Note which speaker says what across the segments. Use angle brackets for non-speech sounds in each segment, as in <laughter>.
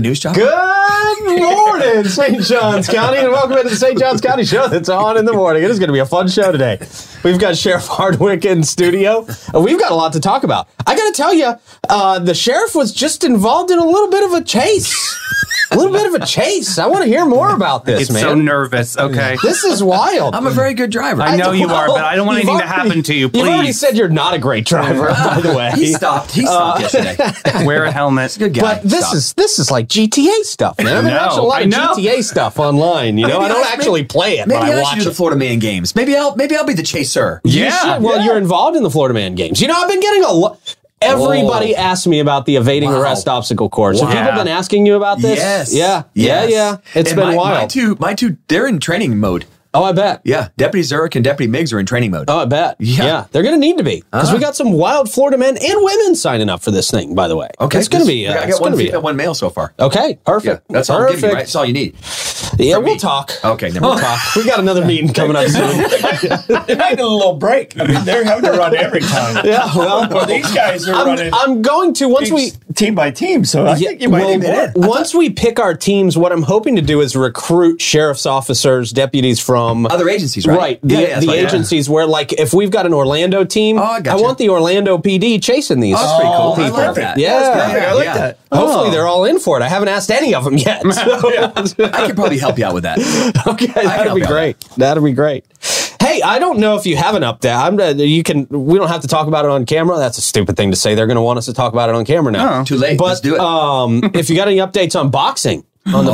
Speaker 1: news job?
Speaker 2: Good morning, St. John's County, and welcome into the St. John's County Show that's on in the morning. It is going to be a fun show today. We've got Sheriff Hardwick in studio, and we've got a lot to talk about. I got to tell you, uh, the sheriff was just involved in a little bit of a chase. A little bit of a chase. I want to hear more about this,
Speaker 3: It's
Speaker 2: man.
Speaker 3: so nervous.
Speaker 2: <laughs>
Speaker 3: Okay.
Speaker 2: this is wild.
Speaker 1: I'm a very good driver.
Speaker 3: I know you are, but I don't want
Speaker 2: You've
Speaker 3: anything to happen to you.
Speaker 2: You've already
Speaker 3: Please
Speaker 2: said you're not a great driver, by the
Speaker 3: <laughs>
Speaker 2: way.
Speaker 1: He stopped. He stopped
Speaker 2: <laughs>
Speaker 1: yesterday.
Speaker 3: wear a helmet.
Speaker 1: Good guy.
Speaker 2: But Uh, this
Speaker 1: Stop.
Speaker 2: is this is like GTA stuff, man. I've been
Speaker 3: I know,
Speaker 2: watching a lot
Speaker 3: I
Speaker 2: of
Speaker 3: know.
Speaker 2: GTA stuff online. You know, I
Speaker 1: Maybe
Speaker 2: don't
Speaker 1: I-
Speaker 2: actually play it,
Speaker 1: maybe
Speaker 2: but I,
Speaker 1: I, should
Speaker 2: watch
Speaker 1: do
Speaker 2: it.
Speaker 1: the Florida Man games. Maybe I'll maybe I'll be the chaser.
Speaker 2: You
Speaker 3: Yeah.
Speaker 2: should- well, you're involved in the Florida Man games. You know, I've been getting a lot. Everybody
Speaker 1: Oh.
Speaker 2: asks me about the evading
Speaker 1: Wow.
Speaker 2: arrest obstacle course. Have
Speaker 3: Wow.
Speaker 2: people been asking you about this?
Speaker 1: Yes.
Speaker 2: Yeah.
Speaker 1: Yes.
Speaker 2: Yeah. Yeah. It's
Speaker 1: And
Speaker 2: been
Speaker 1: my,
Speaker 2: wild.
Speaker 1: My two, my two, they're in training mode.
Speaker 2: oh, I bet.
Speaker 1: Yeah, Deputy Zurich and Deputy Miggs are in training mode.
Speaker 2: Oh, I bet.
Speaker 1: Yeah.
Speaker 2: Yeah. Uh-huh. They're going to need to be because we got some wild Florida men and women signing up for this thing. By the way. It's going to be. Uh,
Speaker 1: I got
Speaker 2: it's going
Speaker 1: one
Speaker 2: to be.
Speaker 1: female, one male so far.
Speaker 2: Okay.
Speaker 1: Yeah,
Speaker 2: Perfect.
Speaker 1: that's all. I'm
Speaker 2: perfect. Oh.
Speaker 1: giving you, right? That's all you need.
Speaker 2: Yeah,
Speaker 1: from
Speaker 2: we'll
Speaker 1: me.
Speaker 2: talk.
Speaker 1: Okay, never
Speaker 2: We'll
Speaker 1: mind.
Speaker 2: talk. We got another meeting coming up soon.
Speaker 4: I need a little break. I mean, they're having to run every
Speaker 2: <laughs>
Speaker 4: time.
Speaker 2: <laughs> Yeah, well,
Speaker 4: Well, these guys are running
Speaker 2: I'm, I'm going to once we
Speaker 4: teams- team by team, so I
Speaker 2: Yeah,
Speaker 4: think you might
Speaker 2: well,
Speaker 4: need more.
Speaker 2: once we pick our teams, what I'm hoping to do is recruit sheriff's officers, deputies from
Speaker 1: Other agencies, right?
Speaker 2: right, the,
Speaker 1: Yeah, yeah, that's
Speaker 2: the
Speaker 1: right, yeah.
Speaker 2: agencies where like if we've got an Orlando team,
Speaker 1: Oh, I gotcha.
Speaker 2: want the Orlando PD chasing these.
Speaker 1: that's pretty cool.
Speaker 4: Oh,
Speaker 1: people.
Speaker 4: I love that.
Speaker 2: Yeah.
Speaker 1: That's
Speaker 4: Yeah,
Speaker 1: perfect.
Speaker 4: I like
Speaker 1: Yeah.
Speaker 4: that.
Speaker 2: Hopefully they're all in for it. I haven't asked any of them yet. <laughs> so-
Speaker 1: I could probably help you out with that.
Speaker 2: <laughs> okay, that'd
Speaker 1: help
Speaker 2: be
Speaker 1: you out.
Speaker 2: great. That'd be great. Hey, I don't know if you have an update. I'm. Uh, you can. We don't have to talk about it on camera. That's a stupid thing to say. They're going to want us to talk about it on camera now.
Speaker 1: Too late.
Speaker 2: But
Speaker 1: Let's do it.
Speaker 2: Um,
Speaker 1: <laughs>
Speaker 2: if you got any updates on boxing, on the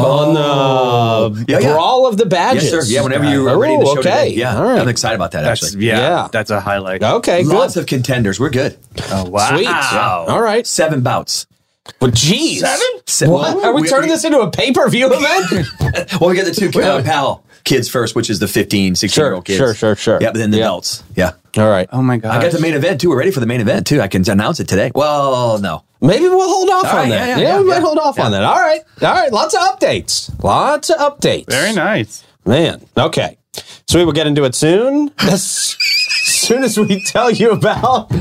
Speaker 2: on the
Speaker 1: Oh, Yeah, yeah.
Speaker 2: brawl of the
Speaker 1: yes,
Speaker 2: <laughs> badges,
Speaker 1: sir. Yeah, whenever you are ready to
Speaker 2: Oh,
Speaker 1: show
Speaker 2: okay.
Speaker 1: today. Yeah,
Speaker 2: All right.
Speaker 1: I'm excited about that
Speaker 3: That's,
Speaker 1: actually.
Speaker 3: yeah,
Speaker 2: Yeah.
Speaker 3: That's a highlight.
Speaker 2: okay,
Speaker 1: Lots
Speaker 2: good,
Speaker 1: of contenders. We're good.
Speaker 3: Oh, wow.
Speaker 2: sweet. All right,
Speaker 1: Seven bouts.
Speaker 2: but geez,
Speaker 4: Seven?
Speaker 1: Se-
Speaker 2: What?
Speaker 1: Well,
Speaker 2: Are we,
Speaker 1: we-
Speaker 2: turning
Speaker 1: we-
Speaker 2: this into a pay per view
Speaker 1: <laughs>
Speaker 2: event?
Speaker 1: Well, we got the two uh, PAL kids first, which is the 15, 16 year old
Speaker 2: Sure,
Speaker 1: kids.
Speaker 2: sure, sure, sure.
Speaker 1: Yeah, but then the
Speaker 2: Yeah.
Speaker 1: adults. Yeah.
Speaker 2: All right,
Speaker 3: Oh, my God.
Speaker 1: I got the main event too. We're ready for the main event too. I can announce it today. Well, no.
Speaker 2: maybe we'll hold off
Speaker 1: All
Speaker 2: on
Speaker 1: right,
Speaker 2: that.
Speaker 1: yeah,
Speaker 2: Yeah,
Speaker 1: yeah, yeah,
Speaker 2: we might
Speaker 1: yeah.
Speaker 2: hold off on that. All right, all right. Lots of updates. Lots of updates.
Speaker 3: Very nice.
Speaker 2: Man, okay. So we will get into it soon. <laughs> As soon as we tell you about.
Speaker 1: <laughs>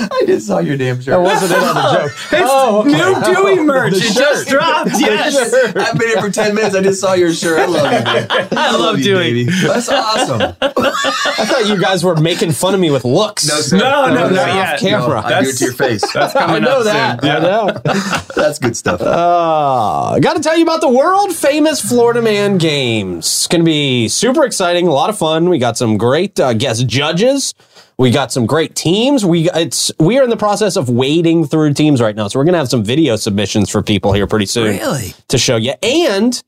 Speaker 1: I just saw your damn shirt.
Speaker 2: wasn't in on the joke.
Speaker 3: oh, new
Speaker 2: <laughs>
Speaker 3: Dewey merch. It just dropped. <laughs> Yes.
Speaker 1: I've been here for 10 minutes. I just saw your shirt. I love you, baby. I
Speaker 3: love Dewey.
Speaker 1: That's awesome.
Speaker 2: I thought you guys were making fun of me with looks.
Speaker 1: sir.
Speaker 3: No, no,
Speaker 1: sir.
Speaker 3: not
Speaker 1: Off
Speaker 3: yet.
Speaker 2: No,
Speaker 1: camera. I'm
Speaker 3: that's-
Speaker 1: here to your face. That's,
Speaker 2: I
Speaker 3: coming
Speaker 2: know
Speaker 3: up
Speaker 2: that.
Speaker 3: soon.
Speaker 2: I know.
Speaker 1: good stuff.
Speaker 2: Uh, Got to tell you about the world famous Florida Man Games. It's going to be super exciting, a lot of fun. We got some great uh, guest judges. We got some great teams. We it's we are in the process of wading through teams right now, so we're going to have some video submissions for people here pretty soon.
Speaker 1: Really?
Speaker 2: to show you. And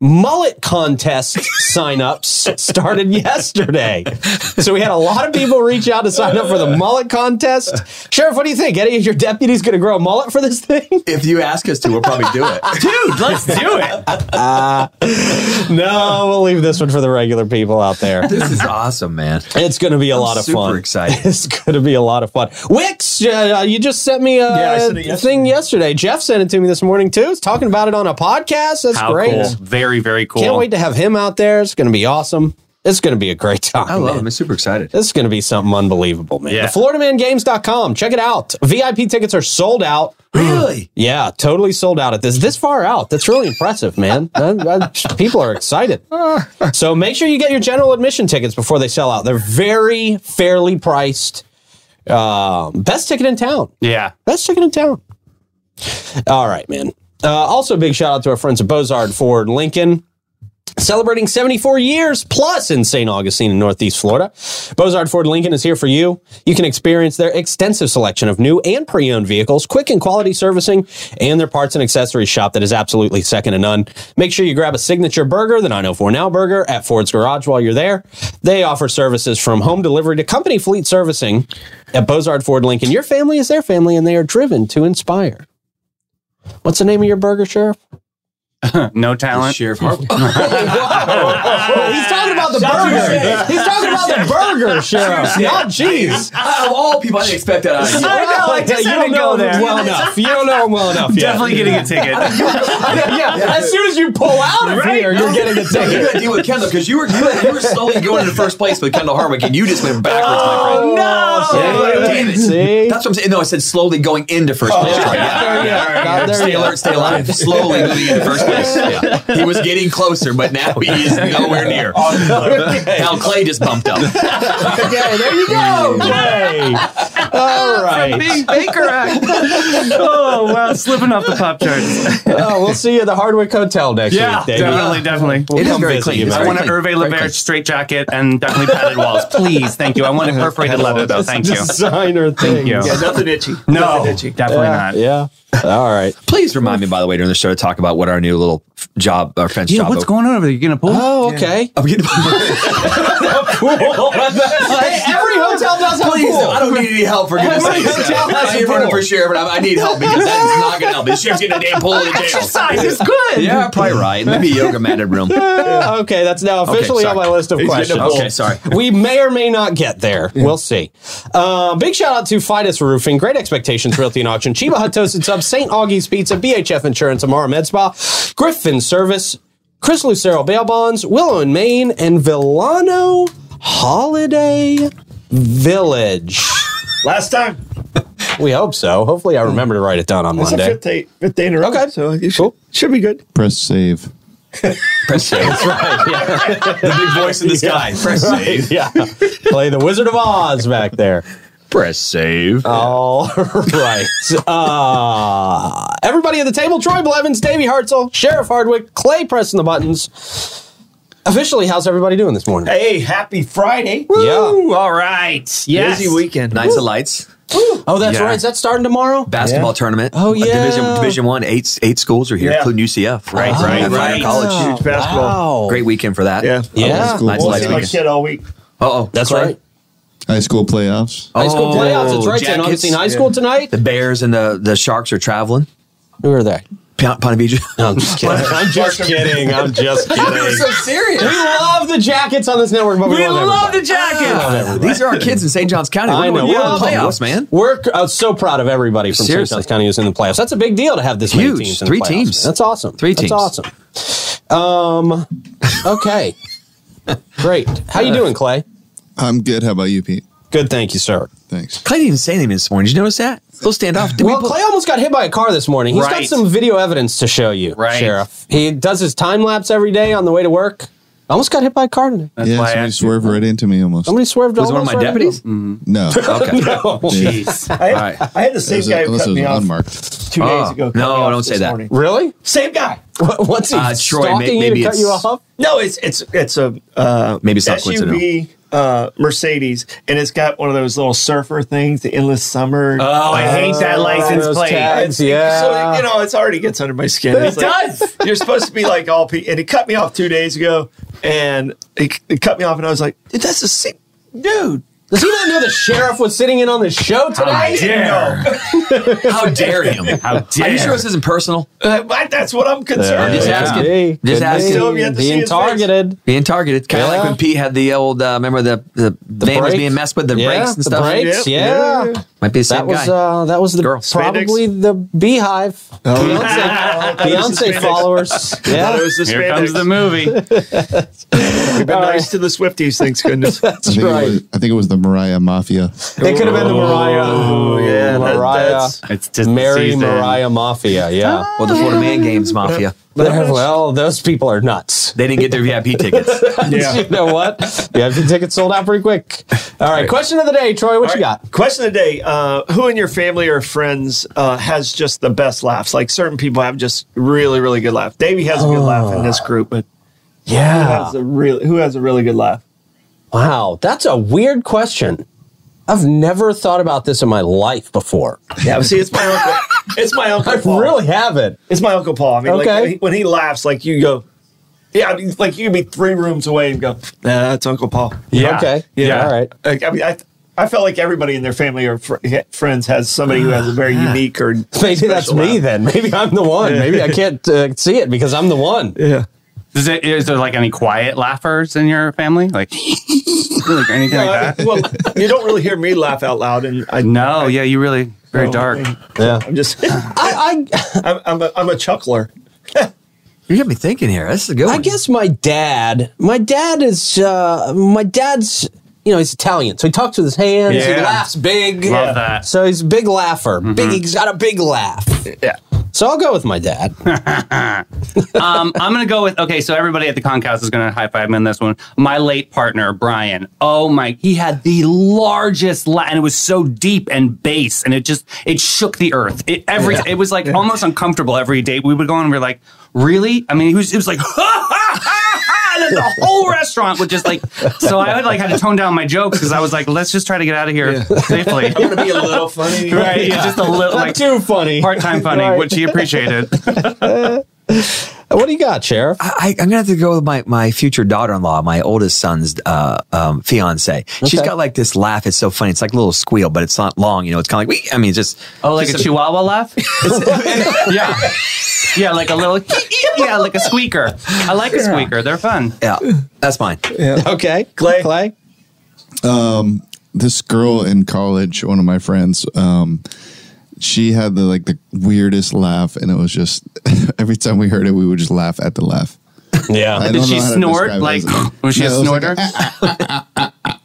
Speaker 2: mullet contest <laughs> signups started <laughs> yesterday. So we had a lot of people reach out to sign up for the mullet contest. Sheriff, what do you think? Any of your deputies going to grow a mullet for this thing?
Speaker 1: if you ask us to, we'll probably do it.
Speaker 3: Dude, let's do it.
Speaker 2: <laughs> no, we'll leave this one for the regular people out there.
Speaker 1: This is awesome, man.
Speaker 2: It's going to be a lot of
Speaker 1: super
Speaker 2: fun.
Speaker 1: excited.
Speaker 2: <laughs> It's going to be a lot of fun. Wix, uh, you just sent me a
Speaker 4: Yeah, I sent it yesterday.
Speaker 2: thing yesterday. Jeff sent it to me this morning too. It's talking about it on a podcast. That's
Speaker 3: How
Speaker 2: great.
Speaker 3: cool. Very, very cool.
Speaker 2: Can't wait to have him out there. It's going to be awesome. It's going to be a great time.
Speaker 1: I love
Speaker 2: man.
Speaker 1: him. I'm super excited.
Speaker 2: This is going to be something unbelievable, man.
Speaker 3: Yeah.
Speaker 2: The FloridaManGames.com. Check it out. VIP tickets are
Speaker 4: <gasps>
Speaker 2: sold out.
Speaker 1: Really?
Speaker 2: Yeah, totally sold out at this. This far out. That's really impressive, man. I- I- people are excited. So make sure you get your general admission tickets before they sell out. They're very fairly priced. Um, best ticket in town.
Speaker 3: Yeah. <laughs>
Speaker 2: Best ticket in town. All right, man. Uh, also, big shout out to our friends at Bozard Ford Lincoln. Celebrating 74 years plus in St. Augustine in Northeast Florida. Bozard Ford Lincoln is here for you. You can experience their extensive selection of new and pre owned vehicles, quick and quality servicing, and their parts and accessories shop that is absolutely second to none. Make sure you grab a signature burger, the 904 Now burger, at Ford's Garage while you're there. They offer services from home delivery to company fleet servicing at Bozard Ford Lincoln. Your family is their family, and they are driven to inspire. What's the name of your burger, Sheriff?
Speaker 3: no talent.
Speaker 1: Sheriff <laughs> Oh, Harp.
Speaker 2: Well, he's talking about the
Speaker 5: Shots you
Speaker 2: burger.
Speaker 5: said.
Speaker 2: He's talking about the
Speaker 1: <laughs>
Speaker 2: burger, Sheriff, not cheese.
Speaker 1: Out of all people, I didn't expect that out of you.
Speaker 6: I know, I just
Speaker 2: <laughs> you
Speaker 6: had
Speaker 2: don't
Speaker 6: to
Speaker 2: know
Speaker 6: go
Speaker 2: him
Speaker 6: there.
Speaker 2: well enough. You don't know him well enough. yet. <laughs>
Speaker 3: <laughs> Definitely getting a ticket.
Speaker 2: Yeah, as soon as you pull out of here, you're getting a
Speaker 1: No, you <laughs>
Speaker 2: ticket.
Speaker 1: got to deal with Kendall because you were you, were- you were slowly going into first place with Kendall Harwick, and you just went backwards, my friend.
Speaker 2: no!
Speaker 1: Damn it.
Speaker 2: See?
Speaker 1: That's what I'm saying. No, I said slowly going into first place.
Speaker 2: Oh, Yeah.
Speaker 1: Right, yeah.
Speaker 2: There you go. Not there
Speaker 1: Stay
Speaker 2: yet.
Speaker 1: alert, stay alive. Slowly moving into first
Speaker 2: <laughs>
Speaker 1: place. Yeah. He was getting closer, but now he is nowhere near.
Speaker 2: <laughs>
Speaker 1: Now Clay just bumped up.
Speaker 2: Okay, there you go. Yay. All right.
Speaker 3: Big Baker
Speaker 2: <laughs>
Speaker 3: Act. oh wow, slipping off the pop charts. <laughs>
Speaker 2: Oh, we'll see you at the Hardwick Hotel next week, Davey.
Speaker 3: definitely, definitely.
Speaker 2: We'll
Speaker 1: It is
Speaker 2: come
Speaker 1: very
Speaker 2: visit
Speaker 1: clean.
Speaker 2: you,
Speaker 1: It's
Speaker 2: man.
Speaker 3: I want an
Speaker 1: Very
Speaker 3: Hervé
Speaker 1: clean, very clean.
Speaker 3: Levert straight jacket and definitely padded walls. Please, thank you. I want a perforated leather though. Thank you.
Speaker 2: <laughs> Designer thing.
Speaker 3: you.
Speaker 5: Yeah, nothing itchy.
Speaker 3: No,
Speaker 5: Nothing itchy.
Speaker 3: definitely not.
Speaker 2: Yeah. All right.
Speaker 1: Please remind me, by the way, during the show to talk about what our new little f- job, our French
Speaker 3: Yeah,
Speaker 1: job. <laughs>
Speaker 3: what's going on over there? You gonna pull?
Speaker 2: Oh, okay.
Speaker 1: I'm getting.
Speaker 2: Hey, every hotel does have a
Speaker 1: Please,
Speaker 2: pool.
Speaker 1: I don't need any help for goodness
Speaker 2: Every
Speaker 1: sake.
Speaker 2: hotel has
Speaker 1: I
Speaker 2: a
Speaker 1: ain't running
Speaker 2: pool.
Speaker 1: for sheriff, but I, I need help because that's not going to help. This sheriff's getting a damn pull in jail.
Speaker 6: It's good.
Speaker 1: Yeah, probably right. Maybe yoga matted room.
Speaker 2: Yeah, <laughs> okay, that's now officially on
Speaker 1: sorry.
Speaker 2: my list of questions.
Speaker 1: getting a Okay, sorry.
Speaker 2: We may or may not get there. We'll see. Uh, big shout out to Fidus Roofing. Great expectations realty and auction. Chiba Hut Toasted Sub, St. Augie's Pizza, BHF Insurance, Amara Med Spa, Griffin Service, Chris Lucero Bail Bonds, Willow and Maine, and Villano Holiday Village.
Speaker 5: Last time.
Speaker 2: We hope so. Hopefully, I remember to write it down on
Speaker 5: It's a
Speaker 2: Monday.
Speaker 5: fifth day, fifth day in a row.
Speaker 2: Okay.
Speaker 5: So you should,
Speaker 2: Cool.
Speaker 5: should be good.
Speaker 7: Press save.
Speaker 1: Press save. That's right. The big voice in
Speaker 2: <laughs>
Speaker 1: the sky. <laughs> Press save.
Speaker 2: Yeah. Play the Wizard of Oz back there.
Speaker 1: Press save.
Speaker 2: All <laughs> right. Uh, everybody at the table Troy Blevins, Davey Hartzell, Sheriff Hardwick, Clay pressing the buttons. Officially, how's everybody doing this morning?
Speaker 5: Hey, happy Friday.
Speaker 2: Yeah.
Speaker 3: Ooh, all right. Yes.
Speaker 5: Busy weekend.
Speaker 1: Nights of lights.
Speaker 2: Oh, that's
Speaker 3: Yeah.
Speaker 2: right. Is that starting tomorrow?
Speaker 1: Basketball tournament.
Speaker 2: Oh,
Speaker 1: A Division
Speaker 2: yeah.
Speaker 1: Division One. Eight eight schools are here,
Speaker 5: Yeah.
Speaker 1: including UCF.
Speaker 3: Right, right,
Speaker 1: At Friar
Speaker 3: right.
Speaker 1: Uh, College.
Speaker 5: Huge basketball.
Speaker 2: Oh, Wow.
Speaker 1: Great weekend for that.
Speaker 5: Yeah.
Speaker 2: Yeah.
Speaker 7: High
Speaker 1: Nice
Speaker 7: school,
Speaker 5: We'll
Speaker 1: lights
Speaker 5: see
Speaker 1: like
Speaker 5: like
Speaker 1: it.
Speaker 5: shit all <laughs> week.
Speaker 1: Oh,
Speaker 2: That's right.
Speaker 7: high school playoffs.
Speaker 2: High school
Speaker 1: Oh,
Speaker 2: playoffs. That's right. St.
Speaker 1: jackets.
Speaker 2: Augustine High School tonight.
Speaker 1: The Bears and the the Sharks are traveling.
Speaker 2: Who are they?
Speaker 1: P- Ponte Vedra.
Speaker 2: <laughs> No, I'm just kidding. I'm just kidding. <laughs> I'm just kidding.
Speaker 1: so serious.
Speaker 2: We love the jackets on this network, but we,
Speaker 3: We
Speaker 2: love,
Speaker 3: love the
Speaker 2: everybody.
Speaker 3: jackets.
Speaker 2: Love everybody.
Speaker 1: These are our kids in St. John's County.
Speaker 2: I
Speaker 1: We're,
Speaker 2: know.
Speaker 1: we're in the
Speaker 2: Love 'em.
Speaker 1: playoffs, man.
Speaker 2: We're uh, so proud of everybody from St.
Speaker 1: Seriously.
Speaker 2: John's County who's in the playoffs. That's a big deal to have this many
Speaker 1: Huge.
Speaker 2: teams. In
Speaker 1: Three
Speaker 2: the playoffs.
Speaker 1: teams.
Speaker 2: That's awesome.
Speaker 1: Three teams.
Speaker 2: That's awesome. Um, okay. <laughs> Great. How you doing, Clay?
Speaker 7: I'm good. How about you, Pete?
Speaker 2: Good, thank you, sir.
Speaker 7: Thanks.
Speaker 1: Clay didn't say anything this morning. Did you notice that? A little standoff. Did we
Speaker 2: Well,
Speaker 1: pull-
Speaker 2: Clay almost got hit by a car this morning. He's got
Speaker 3: Right.
Speaker 2: some video evidence to show you,
Speaker 3: Right.
Speaker 2: Sheriff. He does his time lapse every day on the way to work. Almost got hit by a car today.
Speaker 3: That's
Speaker 7: yeah,
Speaker 3: why I
Speaker 7: somebody
Speaker 3: asked you.
Speaker 7: swerved right into me almost.
Speaker 2: Somebody swerved
Speaker 1: was it one of
Speaker 2: almost
Speaker 1: my
Speaker 2: right into
Speaker 1: deputies?
Speaker 7: No.
Speaker 1: Okay.
Speaker 2: <laughs>
Speaker 7: Yeah.
Speaker 3: Oh,
Speaker 5: I had,
Speaker 1: right.
Speaker 5: I had the same
Speaker 7: Unless
Speaker 5: guy
Speaker 7: it
Speaker 5: who
Speaker 7: unless
Speaker 5: cut
Speaker 7: it was
Speaker 5: me
Speaker 7: an
Speaker 5: off
Speaker 7: unmarked.
Speaker 5: two days
Speaker 1: Oh,
Speaker 5: ago. cut
Speaker 1: no,
Speaker 5: me off
Speaker 1: don't say
Speaker 5: this
Speaker 1: that.
Speaker 2: him? Really? <laughs>
Speaker 5: Same guy.
Speaker 2: What- What's he
Speaker 1: Uh, Troy,
Speaker 2: stalking
Speaker 1: may-
Speaker 2: you
Speaker 1: maybe
Speaker 2: to cut
Speaker 1: it's-
Speaker 2: you off?
Speaker 5: No, it's it's it's a uh,
Speaker 1: Maybe it's not coincidental.
Speaker 5: SUV uh, Mercedes, and it's got one of those little surfer things, the endless summer.
Speaker 3: Oh, I hate that license
Speaker 2: those
Speaker 3: plate.
Speaker 2: tags.
Speaker 5: It's-
Speaker 2: yeah.
Speaker 5: So you know, it's already gets under my skin. It
Speaker 3: does.
Speaker 5: <laughs> You're supposed to be like all pe and it cut me off two days ago, and it, it cut me off, and I was like, "Dude, "That's the same dude."
Speaker 2: Does he not know the sheriff was sitting in on the show
Speaker 3: How
Speaker 2: today?
Speaker 3: dare?
Speaker 1: How dare
Speaker 2: <laughs>
Speaker 1: him?
Speaker 3: How dare?
Speaker 1: Are you sure this isn't personal?
Speaker 5: Uh, but that's what I'm concerned.
Speaker 1: I'm just
Speaker 5: about.
Speaker 1: asking.
Speaker 2: Could be.
Speaker 1: Just
Speaker 2: Could
Speaker 1: asking.
Speaker 2: be.
Speaker 5: Still haven't yet to see
Speaker 2: being
Speaker 5: his
Speaker 2: targeted.
Speaker 1: Being targeted, kind of
Speaker 2: Yeah.
Speaker 1: like when Pete had the old. Uh, remember the the, van was
Speaker 2: brake?
Speaker 1: being messed with, the brakes and
Speaker 2: the
Speaker 1: stuff.
Speaker 2: brakes.
Speaker 5: Yep.
Speaker 2: Yeah,
Speaker 5: Yeah.
Speaker 1: Might be the same
Speaker 2: that was
Speaker 1: guy.
Speaker 2: uh, that was the
Speaker 1: Girl.
Speaker 2: probably the
Speaker 5: <laughs>
Speaker 2: beehive.
Speaker 5: Oh,
Speaker 2: Beyonce, Beyonce followers.
Speaker 5: I thought it
Speaker 2: Yeah,
Speaker 5: was the
Speaker 3: Here
Speaker 5: spandex.
Speaker 3: comes the movie.
Speaker 5: We've been nice to the Swifties, thanks <laughs> goodness.
Speaker 7: I think,
Speaker 2: right.
Speaker 7: it was, I think it was the Mariah Mafia.
Speaker 2: it could have been the Mariah.
Speaker 5: Oh, yeah, that-
Speaker 2: Mariah.
Speaker 5: that's- Ah,
Speaker 3: It's just the
Speaker 2: Mary
Speaker 3: season.
Speaker 2: Mariah Mafia. Yeah.
Speaker 1: well, the Florida
Speaker 2: <laughs>
Speaker 1: Man Games Mafia.
Speaker 2: They're- well, those people are nuts. <laughs>
Speaker 1: They didn't get their VIP tickets.
Speaker 5: yeah.
Speaker 2: you know what? Yeah, if your tickets sold out pretty quick. All right, question of the day, Troy. What you
Speaker 5: All right.
Speaker 2: got?
Speaker 5: Question of the day: uh, Who in your family or friends uh, has just the best laughs? Like certain people have just really, really good laugh. Davey has a good laugh in this group, but
Speaker 2: Oh.
Speaker 5: who
Speaker 2: Yeah.
Speaker 5: has a really who has a really good laugh?
Speaker 2: Wow, that's a weird question. I've never thought about this in my life
Speaker 3: <laughs>
Speaker 2: before.
Speaker 5: Yeah, but see, it's my uncle. It's my
Speaker 2: <laughs>
Speaker 5: uncle.
Speaker 2: I
Speaker 5: Paul.
Speaker 2: really haven't.
Speaker 5: it's my uncle Paul. I mean,
Speaker 2: Okay.
Speaker 5: like he- when he laughs, like you go, yeah, I mean, like you can be three rooms away and go, nah, that's Uncle Paul.
Speaker 3: Yeah.
Speaker 2: Okay.
Speaker 3: Yeah.
Speaker 2: All right.
Speaker 5: Like, I mean, I, I felt like everybody in their family or fr- friends has somebody who has
Speaker 2: <sighs>
Speaker 5: a very unique or
Speaker 2: <laughs> Maybe that's
Speaker 5: special
Speaker 2: me
Speaker 5: laugh.
Speaker 2: then. Maybe I'm the
Speaker 3: <laughs>
Speaker 2: one. Maybe I can't uh, see it because I'm the one.
Speaker 5: Yeah.
Speaker 3: Is, it, is there like any quiet laughers in your family? Like, <laughs> like anything like that?
Speaker 5: well, you don't really hear me laugh out loud, and I,
Speaker 3: No, yeah, you really very dark.
Speaker 2: Yeah.
Speaker 5: I'm just <laughs>
Speaker 2: I, I
Speaker 5: I'm I'm a, I'm a chuckler.
Speaker 1: You got me thinking here. This is a good
Speaker 2: I
Speaker 1: one.
Speaker 2: guess my dad, my dad is, uh, my dad's, you know, he's Italian. So he talks with his hands. He
Speaker 3: Yeah.
Speaker 2: laughs big.
Speaker 3: Love that. Mm-hmm.
Speaker 2: So he's a big laugher. Big, he's got a big laugh.
Speaker 3: Yeah.
Speaker 2: So I'll go with my
Speaker 3: <laughs>
Speaker 2: dad.
Speaker 3: <laughs> Um, I'm gonna go with okay. So everybody at the Concast is gonna high five me on this one. My late partner Brian. Oh my, he had the largest, la- and it was so deep and bass, and it just it shook the earth. It every it was like almost uncomfortable every day. We would go on, and we were like, really? I mean, he was it was like. <laughs> and then the whole restaurant would just like so I would like had to tone down my jokes because I was like let's just try to get out of here safely
Speaker 5: I'm gonna be a little <laughs>
Speaker 3: <laughs>
Speaker 5: funny.
Speaker 3: right yeah. just a little <laughs> like
Speaker 2: Too funny.
Speaker 3: part time funny
Speaker 2: Right.
Speaker 3: which he appreciated
Speaker 2: What do you got,
Speaker 3: <laughs>
Speaker 2: Sheriff?
Speaker 1: I, I'm gonna have to go with my my future daughter-in-law, my oldest son's uh, um, fiance. She's
Speaker 2: Okay.
Speaker 1: got like this laugh. It's so funny. It's like a little squeal, but it's not long. You know, it's kind of like we. I mean, it's just
Speaker 3: Oh, like a chihuahua laugh? <laughs> yeah. Yeah, like a little, yeah, like a squeaker. I like a squeaker. They're fun.
Speaker 1: yeah. That's mine. <laughs>
Speaker 2: Okay.
Speaker 5: Clay.
Speaker 2: Clay.
Speaker 7: this girl in college, one of my friends, um, she had the like the weirdest laugh, and it was just <laughs> every time we heard it, we would just laugh at the laugh.
Speaker 2: Yeah.
Speaker 7: I
Speaker 3: Did
Speaker 7: don't
Speaker 3: she
Speaker 7: know how to
Speaker 3: snort?
Speaker 7: describe
Speaker 3: Like,
Speaker 7: it. It was-
Speaker 3: was she
Speaker 7: No, it
Speaker 3: a
Speaker 7: was like
Speaker 3: snorter?
Speaker 7: <laughs>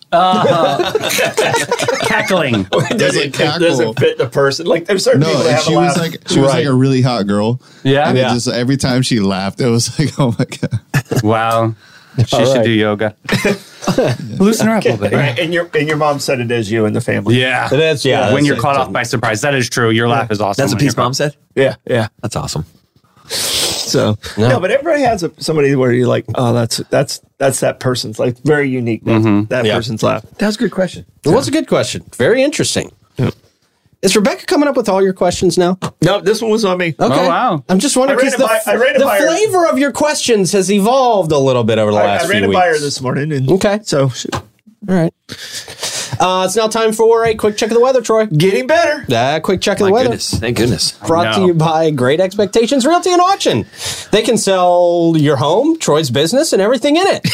Speaker 3: Cackling.
Speaker 5: <laughs> does
Speaker 7: Doesn't
Speaker 5: it doesn't
Speaker 7: cackle.
Speaker 5: fit the person. Like there's certain people
Speaker 7: No,
Speaker 5: that
Speaker 7: and
Speaker 5: have
Speaker 7: she
Speaker 5: a
Speaker 7: was
Speaker 5: laugh.
Speaker 7: like she was like
Speaker 2: Right.
Speaker 7: a really hot girl.
Speaker 3: Yeah?
Speaker 7: and it
Speaker 2: Yeah.
Speaker 7: just every time she laughed, it was <laughs> like, oh my god.
Speaker 3: Wow. She
Speaker 2: All
Speaker 3: should
Speaker 2: right.
Speaker 3: do yoga. Loosen her up a little bit.
Speaker 5: Right, and your and your mom said it is you in the family.
Speaker 3: Yeah.
Speaker 2: It is, yeah,
Speaker 3: When
Speaker 2: that's
Speaker 3: you're
Speaker 2: it.
Speaker 3: caught off by surprise. That is true. Your laugh is awesome.
Speaker 1: That's
Speaker 3: when
Speaker 1: what Pete's
Speaker 3: you're
Speaker 1: mom said.
Speaker 5: yeah, yeah.
Speaker 1: That's awesome.
Speaker 5: So no. but everybody has a, somebody where you're like, oh, that's that's that's that person's like very unique. That
Speaker 2: Mm-hmm. Yeah.
Speaker 5: person's laugh.
Speaker 1: That was a good question.
Speaker 2: It was a good question. Very interesting. Is Rebecca coming up with all your questions now?
Speaker 5: No, this one was on me.
Speaker 2: Okay.
Speaker 3: wow.
Speaker 2: I'm just wondering
Speaker 5: Oh, I ran
Speaker 2: because
Speaker 5: it by- I ran
Speaker 2: the,
Speaker 5: it
Speaker 2: the
Speaker 5: by her.
Speaker 2: flavor of your questions has evolved a little bit over the
Speaker 5: I,
Speaker 2: last
Speaker 5: I ran
Speaker 2: few
Speaker 5: it
Speaker 2: weeks.
Speaker 5: by her this morning. And
Speaker 2: Okay.
Speaker 5: so
Speaker 2: All right. Uh, it's now time for a quick check of the weather, Troy. <laughs>
Speaker 5: getting better.
Speaker 2: Uh, quick check of
Speaker 1: My
Speaker 2: the weather.
Speaker 1: goodness. Thank goodness.
Speaker 2: Brought to
Speaker 3: No.
Speaker 2: you by Great Expectations Realty and Auction. They can sell your home, Troy's business, and everything in it.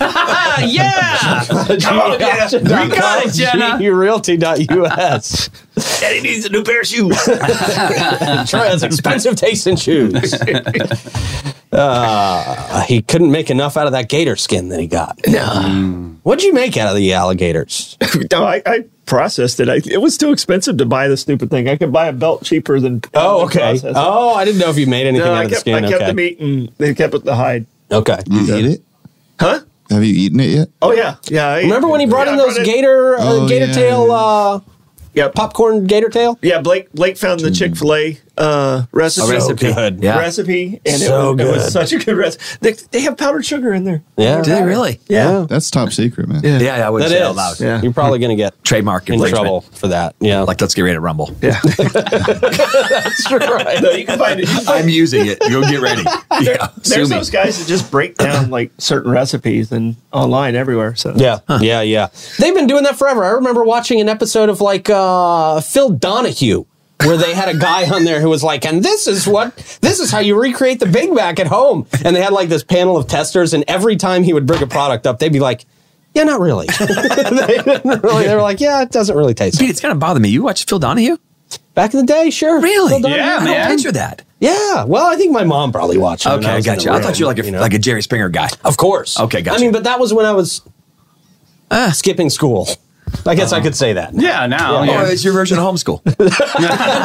Speaker 3: Ah, yeah.
Speaker 5: Oh,
Speaker 2: Come on,
Speaker 3: We got it, Jenna.
Speaker 2: Realty.us.
Speaker 5: Daddy needs a new pair of
Speaker 2: <laughs>
Speaker 5: shoes.
Speaker 2: Troy has expensive taste in shoes. Uh, he couldn't make enough out of that gator skin that he got. What'd you make out of the alligators?
Speaker 5: no, I, I processed it. I, it was too expensive to buy the stupid thing. I could buy a belt cheaper than. Process it.
Speaker 2: Oh, I didn't know if you made anything
Speaker 5: No,
Speaker 2: out
Speaker 5: I
Speaker 2: of the
Speaker 5: kept,
Speaker 2: skin.
Speaker 5: I kept
Speaker 2: okay.
Speaker 5: the meat and they kept it the hide.
Speaker 2: okay.
Speaker 7: You eat it?
Speaker 5: Huh?
Speaker 7: Have you eaten it yet?
Speaker 5: Oh yeah, yeah. I-
Speaker 2: Remember when he brought
Speaker 5: Yeah,
Speaker 2: in
Speaker 5: I
Speaker 2: those
Speaker 5: brought it-
Speaker 2: gator, uh,
Speaker 7: Oh,
Speaker 2: gator
Speaker 7: yeah,
Speaker 2: tail,
Speaker 7: yeah.
Speaker 2: uh,
Speaker 5: Yeah, pop.
Speaker 2: popcorn gator tail?
Speaker 5: Yeah, Blake. Blake found the Chick Fil A uh, recipe.
Speaker 1: recipe.
Speaker 2: Hmm. Oh, good.
Speaker 1: Yeah.
Speaker 5: Recipe, and
Speaker 2: So
Speaker 5: it, was, it was
Speaker 2: good.
Speaker 5: such a good recipe. They, they have powdered sugar in there.
Speaker 2: Yeah.
Speaker 1: Do they really?
Speaker 2: Yeah.
Speaker 7: That's top secret, man.
Speaker 1: Yeah. I would
Speaker 2: That
Speaker 1: say that
Speaker 2: is.
Speaker 1: loud.
Speaker 5: Yeah.
Speaker 2: You're probably going to get
Speaker 1: Trademark
Speaker 2: in
Speaker 1: infringement.
Speaker 2: trouble for that. Yeah.
Speaker 1: Like, let's get ready to rumble. <laughs>
Speaker 5: Yeah,
Speaker 2: that's <laughs> right.
Speaker 5: no, you can find it. You can find
Speaker 8: I'm using it. Go get
Speaker 1: <laughs>
Speaker 8: ready.
Speaker 5: there, there's
Speaker 8: sue me.
Speaker 5: those guys that just break down like certain recipes and online everywhere. So
Speaker 2: Yeah, yeah, yeah. They've been doing that forever. I remember watching an episode of like uh, Phil Donahue where they had a guy on there who was like, and this is what, this is how you recreate the Big Mac at home. And they had like this panel of testers, and every time he would bring a product up, they'd be like, yeah, not really. <laughs> they, didn't really they were like, yeah, it doesn't really taste.
Speaker 1: Pete,
Speaker 2: It.
Speaker 1: it's gonna bother me. You watch Phil Donahue?
Speaker 2: Back in the day, sure.
Speaker 1: Really?
Speaker 2: Phil Donahue.
Speaker 3: Yeah,
Speaker 1: I don't
Speaker 3: man.
Speaker 1: picture that.
Speaker 2: Yeah. Well, I think my mom probably watched it. when
Speaker 1: Okay, I
Speaker 2: was in
Speaker 1: got
Speaker 2: the
Speaker 1: you. I
Speaker 2: room,
Speaker 1: thought you were like a
Speaker 2: you know?
Speaker 1: like a Jerry Springer guy.
Speaker 2: Of course.
Speaker 1: Okay,
Speaker 2: I
Speaker 1: gotcha.
Speaker 2: mean, but that was when I was skipping school. I guess I could say that.
Speaker 3: Yeah, now.
Speaker 1: Oh,
Speaker 3: Yeah.
Speaker 1: it's your version of
Speaker 2: <laughs>
Speaker 1: homeschool.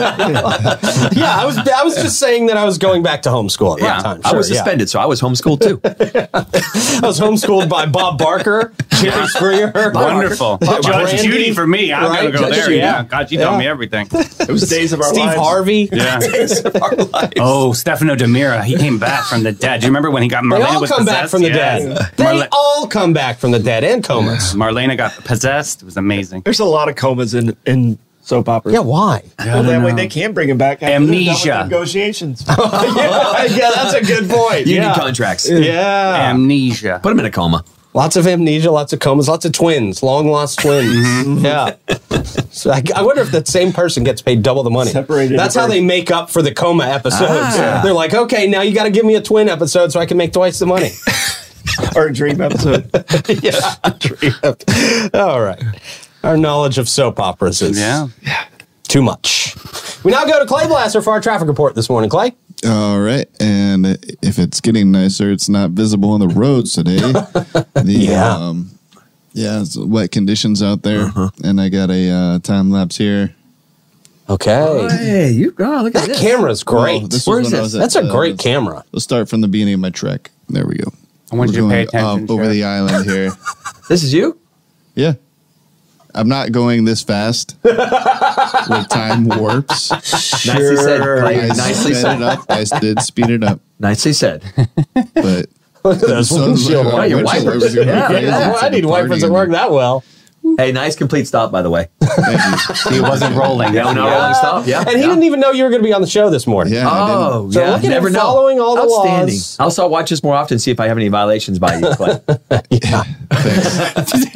Speaker 2: yeah, I was I was just saying that I was going back to homeschool at that time.
Speaker 1: I
Speaker 2: Sure,
Speaker 1: was
Speaker 2: yeah.
Speaker 1: suspended, so I was homeschooled
Speaker 2: <laughs>
Speaker 1: too.
Speaker 2: I was homeschooled by Bob Barker, Jerry Springer.
Speaker 3: Oh, Wonderful.
Speaker 2: Bob
Speaker 3: Judge
Speaker 2: Brandy.
Speaker 3: Judy for me. I'm
Speaker 2: Right,
Speaker 3: going to go
Speaker 2: Judge
Speaker 3: there.
Speaker 2: Judy.
Speaker 3: Yeah. God, you
Speaker 2: Yeah.
Speaker 3: taught me everything.
Speaker 5: it was days of our
Speaker 2: Steve
Speaker 5: lives.
Speaker 2: Harvey.
Speaker 3: Yeah. Oh, Stefano Demira, he came back from the dead. Do you remember when he got Marlena
Speaker 2: They all
Speaker 3: was
Speaker 2: come
Speaker 3: possessed?
Speaker 2: back from the
Speaker 3: Yeah.
Speaker 2: dead. They
Speaker 3: Marle-
Speaker 2: all come back from the dead and comas.
Speaker 3: Marlena got possessed. It was amazing.
Speaker 5: There's a lot of comas in in soap operas.
Speaker 2: Yeah, why?
Speaker 5: well, that way they can bring him back. after they're done with
Speaker 3: Amnesia.
Speaker 1: <laughs>
Speaker 5: negotiations. <laughs>
Speaker 2: yeah, that's a good point.
Speaker 1: Union
Speaker 2: yeah.
Speaker 1: contracts.
Speaker 2: Yeah.
Speaker 3: Amnesia.
Speaker 1: Put him in a coma.
Speaker 2: Lots of amnesia, lots of comas, lots of twins, long lost
Speaker 7: Mm-hmm.
Speaker 2: twins. yeah. <laughs> So I, I wonder if that same person gets paid double the money.
Speaker 5: Separated
Speaker 2: That's how
Speaker 5: birth.
Speaker 2: they make up for the coma episodes.
Speaker 7: Ah.
Speaker 2: They're like, okay, now you got to give me a twin episode so I can make twice the
Speaker 7: <laughs>
Speaker 2: money.
Speaker 5: or a dream episode.
Speaker 1: <laughs>
Speaker 2: yeah. <laughs> All right. Our knowledge of soap operas is
Speaker 3: Yeah.
Speaker 2: too much. We now go to Clay Blaster for our traffic report this morning. Clay?
Speaker 7: All right. And if it's getting nicer, it's not visible on the roads today. the,
Speaker 2: Yeah.
Speaker 7: Um, yeah, it's wet conditions out there. And I got a uh, time lapse here.
Speaker 2: Okay.
Speaker 1: Hey, you oh, look at
Speaker 2: That
Speaker 1: this.
Speaker 2: camera's great.
Speaker 7: Oh, this was
Speaker 1: Where is
Speaker 7: when I
Speaker 1: this?
Speaker 7: was at,
Speaker 2: That's a
Speaker 7: uh,
Speaker 2: great camera.
Speaker 7: We'll start from the beginning of my trek. There we go.
Speaker 3: I want
Speaker 7: We're
Speaker 3: you to pay
Speaker 7: going
Speaker 3: attention.
Speaker 7: up over the island here.
Speaker 1: This is you?
Speaker 7: Yeah. I'm not going this fast with time warps.
Speaker 1: Nicely said. Clay.
Speaker 7: I
Speaker 1: Nicely
Speaker 7: sped it
Speaker 1: said.
Speaker 7: up. I did speed it up,
Speaker 1: Nicely said.
Speaker 7: but
Speaker 2: Those windshield
Speaker 7: Oh,
Speaker 1: Oh, your
Speaker 7: windshield
Speaker 1: wipers.
Speaker 7: wipers are
Speaker 1: Yeah,
Speaker 7: crazy.
Speaker 1: yeah.
Speaker 2: Well, I
Speaker 7: It's
Speaker 2: need
Speaker 7: a
Speaker 2: wipers
Speaker 7: party
Speaker 2: that
Speaker 7: in
Speaker 2: work that well.
Speaker 1: hey, nice complete stop, by the way.
Speaker 7: Thank you.
Speaker 3: He wasn't rolling.
Speaker 1: Yeah, no, rolling stop. Yeah.
Speaker 2: And he
Speaker 1: yeah.
Speaker 2: didn't even know you were going to be on the show this morning.
Speaker 7: Yeah, I
Speaker 1: Oh,
Speaker 7: didn't.
Speaker 2: So
Speaker 1: yeah.
Speaker 2: look at
Speaker 1: Never
Speaker 2: him
Speaker 1: know.
Speaker 2: following all the
Speaker 1: Outstanding.
Speaker 2: laws.
Speaker 1: Also, I'll watch this more often and see if I have any violations by you,
Speaker 2: <laughs>
Speaker 1: Clay.
Speaker 7: Thanks.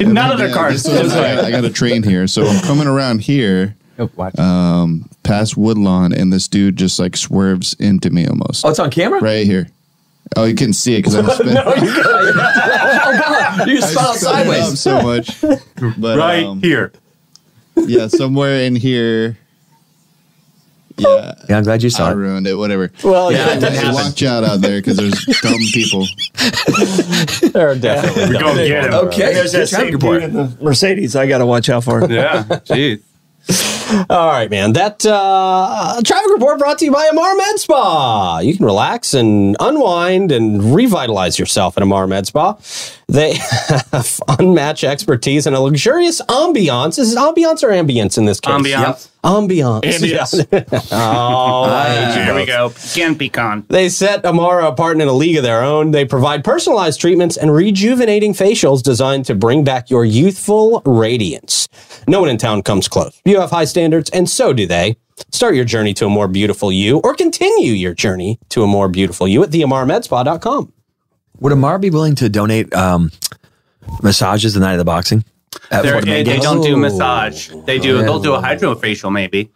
Speaker 3: <laughs> None of their
Speaker 7: Yeah,
Speaker 3: cars.
Speaker 7: this is- I, I got a train here, so I'm coming around here
Speaker 3: Oh,
Speaker 7: um, past Woodlawn, and this dude just like swerves into me almost
Speaker 1: oh, it's on camera?
Speaker 7: right here. Oh, you couldn't see it because I'm spinning.
Speaker 1: Oh, God. You just spun out sideways.
Speaker 7: so much,
Speaker 2: <laughs>
Speaker 7: but, um,
Speaker 3: here.
Speaker 7: Yeah, somewhere in here. Yeah,
Speaker 1: Yeah, I'm glad you
Speaker 7: I
Speaker 1: saw it.
Speaker 7: ruined it. Whatever.
Speaker 2: Well, yeah,
Speaker 7: Anyway, watch out out there because there's
Speaker 2: <laughs>
Speaker 7: dumb people.
Speaker 2: they're definitely.
Speaker 3: Go get
Speaker 1: Okay.
Speaker 3: him.
Speaker 5: Oh, There's
Speaker 1: good traffic
Speaker 5: that same
Speaker 1: report.
Speaker 5: dude in the Mercedes. I got to watch out
Speaker 3: <laughs>
Speaker 5: for.
Speaker 3: Yeah. Jeez.
Speaker 2: All right, man. That uh, traffic report brought to you by Amar Med Spa. You can relax and unwind and revitalize yourself at Amar Med Spa. They <laughs> have unmatched expertise and a luxurious ambiance. Is it ambiance or ambience in this case?
Speaker 3: Ambiance.
Speaker 2: Ambiance. <laughs> oh,
Speaker 3: There we go. Again, pecan.
Speaker 2: They set Amara apart in a league of their own. They provide personalized treatments and rejuvenating facials designed to bring back your youthful radiance. No one in town comes close. You have high standards, and so do they. Start your journey to a more beautiful you, or continue your journey to a more beautiful you at theamarmedspa.com.
Speaker 1: Would Amar be willing to donate um, massages the night of the boxing? At
Speaker 3: They're-
Speaker 1: Fort
Speaker 3: They,
Speaker 1: Main
Speaker 3: they
Speaker 1: Games?
Speaker 3: don't do massage. They do. They'll do a hydrofacial maybe.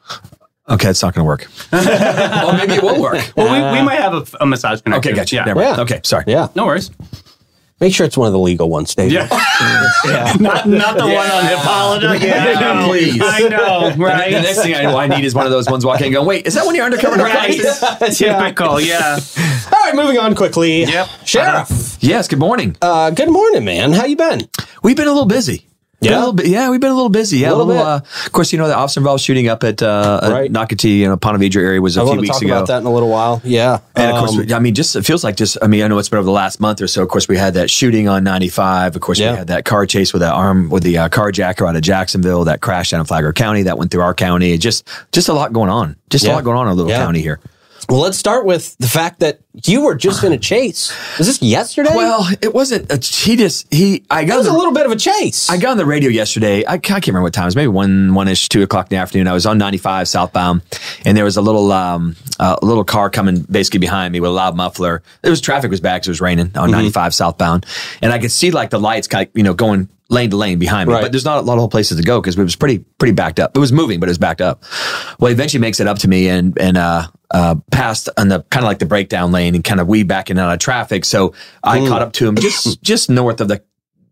Speaker 1: Okay, it's not going to <laughs> work. or maybe it will work.
Speaker 3: Well, we, we might have a, a massage connection.
Speaker 1: Okay, gotcha.
Speaker 3: Yeah.
Speaker 1: Never mind.
Speaker 2: Yeah.
Speaker 1: Okay, sorry.
Speaker 2: Yeah,
Speaker 3: No worries.
Speaker 2: make sure it's one of the legal ones, Dave.
Speaker 3: Yeah. <laughs> not, not the one on Hippolyta. Yeah.
Speaker 8: Please.
Speaker 3: I <laughs> know, right?
Speaker 1: The next thing I, I need is one of those ones walking in going, wait, is that one of your undercover
Speaker 3: Right.
Speaker 1: narcotics?
Speaker 3: Typical, yeah.
Speaker 2: <laughs> All right, moving on quickly.
Speaker 3: Yep.
Speaker 2: Sheriff,
Speaker 1: Yes, good morning.
Speaker 2: uh, good morning, man. How you been?
Speaker 1: We've been a little busy. Been
Speaker 2: Yeah?
Speaker 1: a little bit, yeah, we've been a little busy. Yeah, a
Speaker 2: Little
Speaker 1: little. uh, of course, you know the officer involved shooting up at uh, uh
Speaker 2: Right.
Speaker 1: Nocatee and Ponte Vedra area was a
Speaker 2: I
Speaker 1: few
Speaker 2: want to
Speaker 1: weeks
Speaker 2: talk
Speaker 1: ago.
Speaker 2: about that in a little while. Yeah.
Speaker 1: And of
Speaker 2: Um,
Speaker 1: course, we- I mean, just it feels like just. I mean, I know it's been over the last month or so. Of course, we had that shooting on 95. Of course,
Speaker 2: Yeah.
Speaker 1: we had that car chase with that arm with the uh, carjacker out of Jacksonville. That crash down in Flagler County that went through our county. Just, just a lot going on. Just
Speaker 2: Yeah.
Speaker 1: a lot going on in our little
Speaker 2: Yeah.
Speaker 1: county here.
Speaker 2: Well, let's start with the fact that you were just in a chase. Was this yesterday?
Speaker 1: Well, it wasn't. A, he just he. I
Speaker 2: it
Speaker 1: got
Speaker 2: was a
Speaker 1: the-
Speaker 2: little bit of a chase.
Speaker 1: I got on the radio yesterday. I, ca- I can't remember what time. It was maybe one, one ish, two o'clock in the afternoon. I was on 95 southbound, and there was a little, um, uh, a little car coming basically behind me with a loud muffler. It was traffic was bad 'cause it was raining on 95 southbound, and I could see like the lights, kind of, you know, going lane to lane behind me.
Speaker 2: Right.
Speaker 1: But there's not a lot of places to go because it was pretty, pretty backed up. It was moving, but it was backed up. Well, he eventually makes it up to me and and uh, uh, passed on the kind of like the breakdown lane and kind of weed backing out of traffic. So I
Speaker 2: Hmm.
Speaker 1: caught up to
Speaker 2: <coughs>
Speaker 1: him just just north of the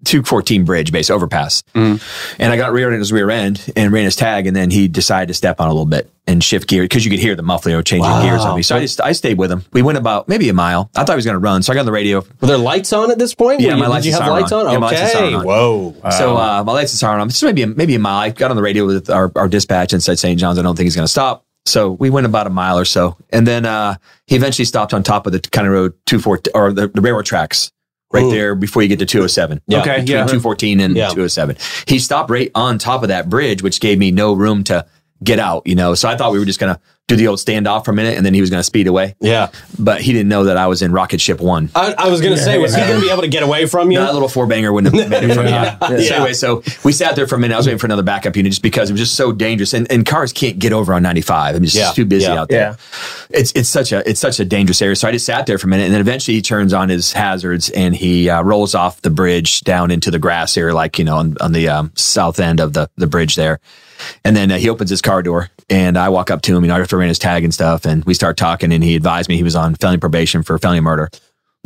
Speaker 1: 214 bridge base overpass.
Speaker 2: Hmm.
Speaker 1: And I got rear in his rear end and ran his tag. And then he decided to step on a little bit and shift gear because you could hear the muffler changing gears on me. So I just, I stayed with him. We went about maybe a mile. I thought he was going to run. So I got on the radio.
Speaker 2: were there lights on at this point?
Speaker 1: Yeah,
Speaker 2: Were
Speaker 1: my
Speaker 2: you,
Speaker 1: lights
Speaker 2: Did you
Speaker 1: and
Speaker 2: have
Speaker 1: siren
Speaker 2: lights
Speaker 1: on.
Speaker 2: on?
Speaker 1: Yeah,
Speaker 2: okay.
Speaker 1: my lights and siren on.
Speaker 2: Whoa.
Speaker 1: So uh, my lights are on. This is maybe, maybe a mile. I got on the radio with our, our dispatch and said, St. John's, I don't think he's going to stop. So we went about a mile or so. And then uh, he eventually stopped on top of the kind of road 214 or the, the railroad tracks right
Speaker 2: Ooh.
Speaker 1: there before you get to 207.
Speaker 2: Yeah.
Speaker 3: Okay,
Speaker 1: Between
Speaker 3: yeah.
Speaker 1: 214 and
Speaker 2: Yeah.
Speaker 1: 207. He stopped right on top of that bridge, which gave me no room to get out, you know. So I thought we were just gonna do the old standoff for a minute and then he was gonna speed away.
Speaker 2: Yeah.
Speaker 1: But he didn't know that I was in rocket ship one.
Speaker 2: I, I was going to say, was he going to be able to get away from you?
Speaker 1: That little four banger wouldn't have made it for me. So
Speaker 2: Yeah.
Speaker 1: anyway, so we sat there for a minute. I was waiting for another backup unit just because it was just so dangerous. And, and cars can't get over on 95. I'm just
Speaker 2: Yeah.
Speaker 1: too busy
Speaker 2: Yeah.
Speaker 1: out there. It's it's such a it's such a dangerous area. So I just sat there for a minute, and then eventually he turns on his hazards and he uh, rolls off the bridge down into the grass area, like you know, on, on the um, south end of the the bridge there. And then uh, he opens his car door, and I walk up to him. You know, after I ran his tag and stuff, and we start talking. And he advised me he was on felony probation for felony murder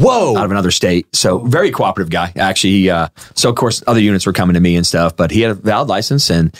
Speaker 1: out
Speaker 2: Whoa.
Speaker 1: of another state. So very cooperative guy. Actually, he, uh, so of course other units were coming to me and stuff, but he had a valid license and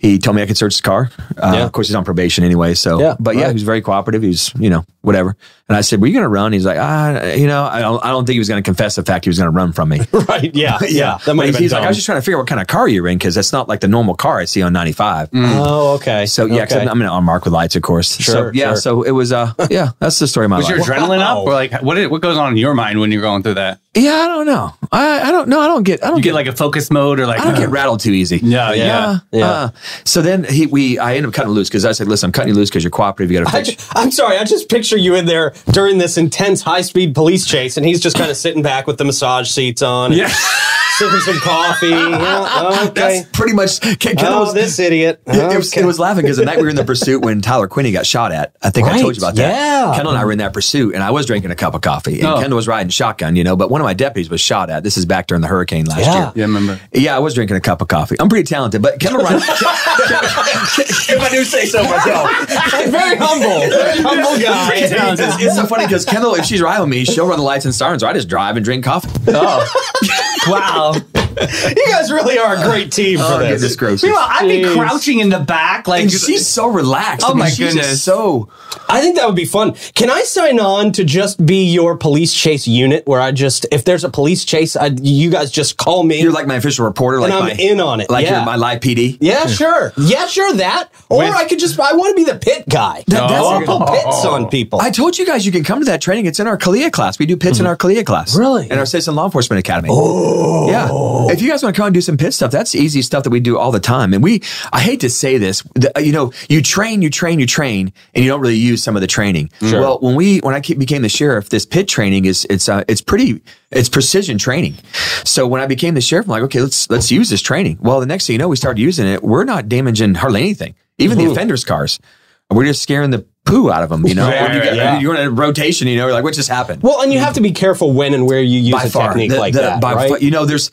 Speaker 1: he told me I could search his car. Uh,
Speaker 2: Yeah.
Speaker 1: Of course, he's on probation anyway. So,
Speaker 2: Yeah,
Speaker 1: but yeah,
Speaker 2: right.
Speaker 1: he was very cooperative. He's you know whatever. And I said, "Were you going to run?" He's like, "Ah, you know, I don't, I don't think he was going to confess the fact he was going to run from me."
Speaker 2: <laughs> Right. Yeah. <laughs> Yeah. That
Speaker 1: But
Speaker 2: might have been
Speaker 1: he's like, "I
Speaker 2: dumb.
Speaker 1: was just trying to figure out what kind of car you're in because that's not like the normal car I see on 95."
Speaker 2: Oh, okay.
Speaker 1: So yeah, 'cause
Speaker 2: okay.
Speaker 1: I'm, I'm in on mark with lights, of course.
Speaker 2: Sure,
Speaker 1: so, yeah,
Speaker 2: sure.
Speaker 1: so it was uh yeah, that's the story of my
Speaker 3: Was
Speaker 1: life.
Speaker 3: your adrenaline up, or like what? Is, what goes on in your mind when you're going through that?
Speaker 1: yeah, I don't know. I, I don't know. I don't get. I don't
Speaker 3: You get like a focus mode, or like
Speaker 1: I don't get rattled too easy.
Speaker 3: Yeah, yeah.
Speaker 2: yeah.
Speaker 1: uh. so then he, we, I end up cutting loose because I said, "Listen, I'm cutting you loose because you're cooperative. You got to
Speaker 2: I
Speaker 1: fix."
Speaker 2: ju- I'm sorry. I just picture you in there during this intense high speed police chase, and he's just kind of sitting back with the massage seats on, and
Speaker 3: Yeah.
Speaker 2: sipping some coffee. Yeah, okay.
Speaker 1: That's pretty much. Ken, Ken
Speaker 2: oh,
Speaker 1: was,
Speaker 2: this idiot.
Speaker 1: it, it was, it
Speaker 2: Okay.
Speaker 1: was laughing because the night we were in the pursuit when Tyler Quinney got shot at. I think I
Speaker 2: Right,
Speaker 1: told you about that.
Speaker 2: yeah.
Speaker 1: Kendall and I were in that pursuit, and I was drinking a cup of coffee, and
Speaker 3: Oh.
Speaker 1: Kendall was riding shotgun, you know. But one of my deputies was shot at. This is back during the hurricane last
Speaker 2: Yeah.
Speaker 1: year.
Speaker 3: Yeah, I remember.
Speaker 1: Yeah, I was drinking a cup of coffee. I'm pretty talented, but Kendall <laughs> Ryan. if I do say so myself.
Speaker 2: <laughs> very humble, very humble guy.
Speaker 1: it's, it's so funny because Kendall, if she's riding with me, she'll run the lights and sirens. Or I just drive and drink coffee.
Speaker 3: Oh. Wow.
Speaker 2: You guys really are a great team for this.
Speaker 1: Oh, goodness gracious.
Speaker 3: Meanwhile, I'd be
Speaker 2: Jeez.
Speaker 3: crouching in the back, like
Speaker 1: And she's so relaxed.
Speaker 3: Oh
Speaker 1: I mean,
Speaker 3: my
Speaker 1: she's just
Speaker 3: goodness.
Speaker 1: So
Speaker 2: I think that would be fun. Can I sign on to just be your police chase unit? Where I just, if there's a police chase, I, you guys just call me.
Speaker 1: you're like my official reporter, like
Speaker 2: And I'm
Speaker 1: my,
Speaker 2: in on it,
Speaker 1: Like
Speaker 2: yeah.
Speaker 1: you're my live PD.
Speaker 2: yeah, sure. Yeah, sure. That, or I could just. I want to be the pit guy.
Speaker 1: That- that's
Speaker 2: I'll
Speaker 1: a
Speaker 2: put
Speaker 1: good-
Speaker 2: pits on people.
Speaker 1: I told you guys you can come to that training. It's in our Kalia class. We do pits in our Kalia class.
Speaker 2: Really?
Speaker 1: In our Citizen Law Enforcement Academy. Mm-hmm. Oh. Yeah. If you guys want to come and do some pit stuff, that's easy stuff that we do all the time. And we, I hate to say this, the- uh, you know, you train, you train, you train, and you don't really use some of the training. Well, when we, when I ke- became the sheriff, this pit training is, it's, uh, it's pretty, it's precision training. So when I became the sheriff, I'm like, okay, let's, let's use this training. Well, the next thing you know, we started using it. We're not damaging hardly anything, even the offenders' cars. We're just scaring the poo out of them, you know?
Speaker 3: Right,
Speaker 1: When you
Speaker 3: right,
Speaker 1: get-
Speaker 3: yeah.
Speaker 1: you're in a rotation, you know, you're like, what just happened?
Speaker 2: Well, and you have to be careful when and where you use a technique
Speaker 1: The-
Speaker 2: like
Speaker 1: the-
Speaker 2: that,
Speaker 1: by
Speaker 2: right?
Speaker 1: far- you know, there's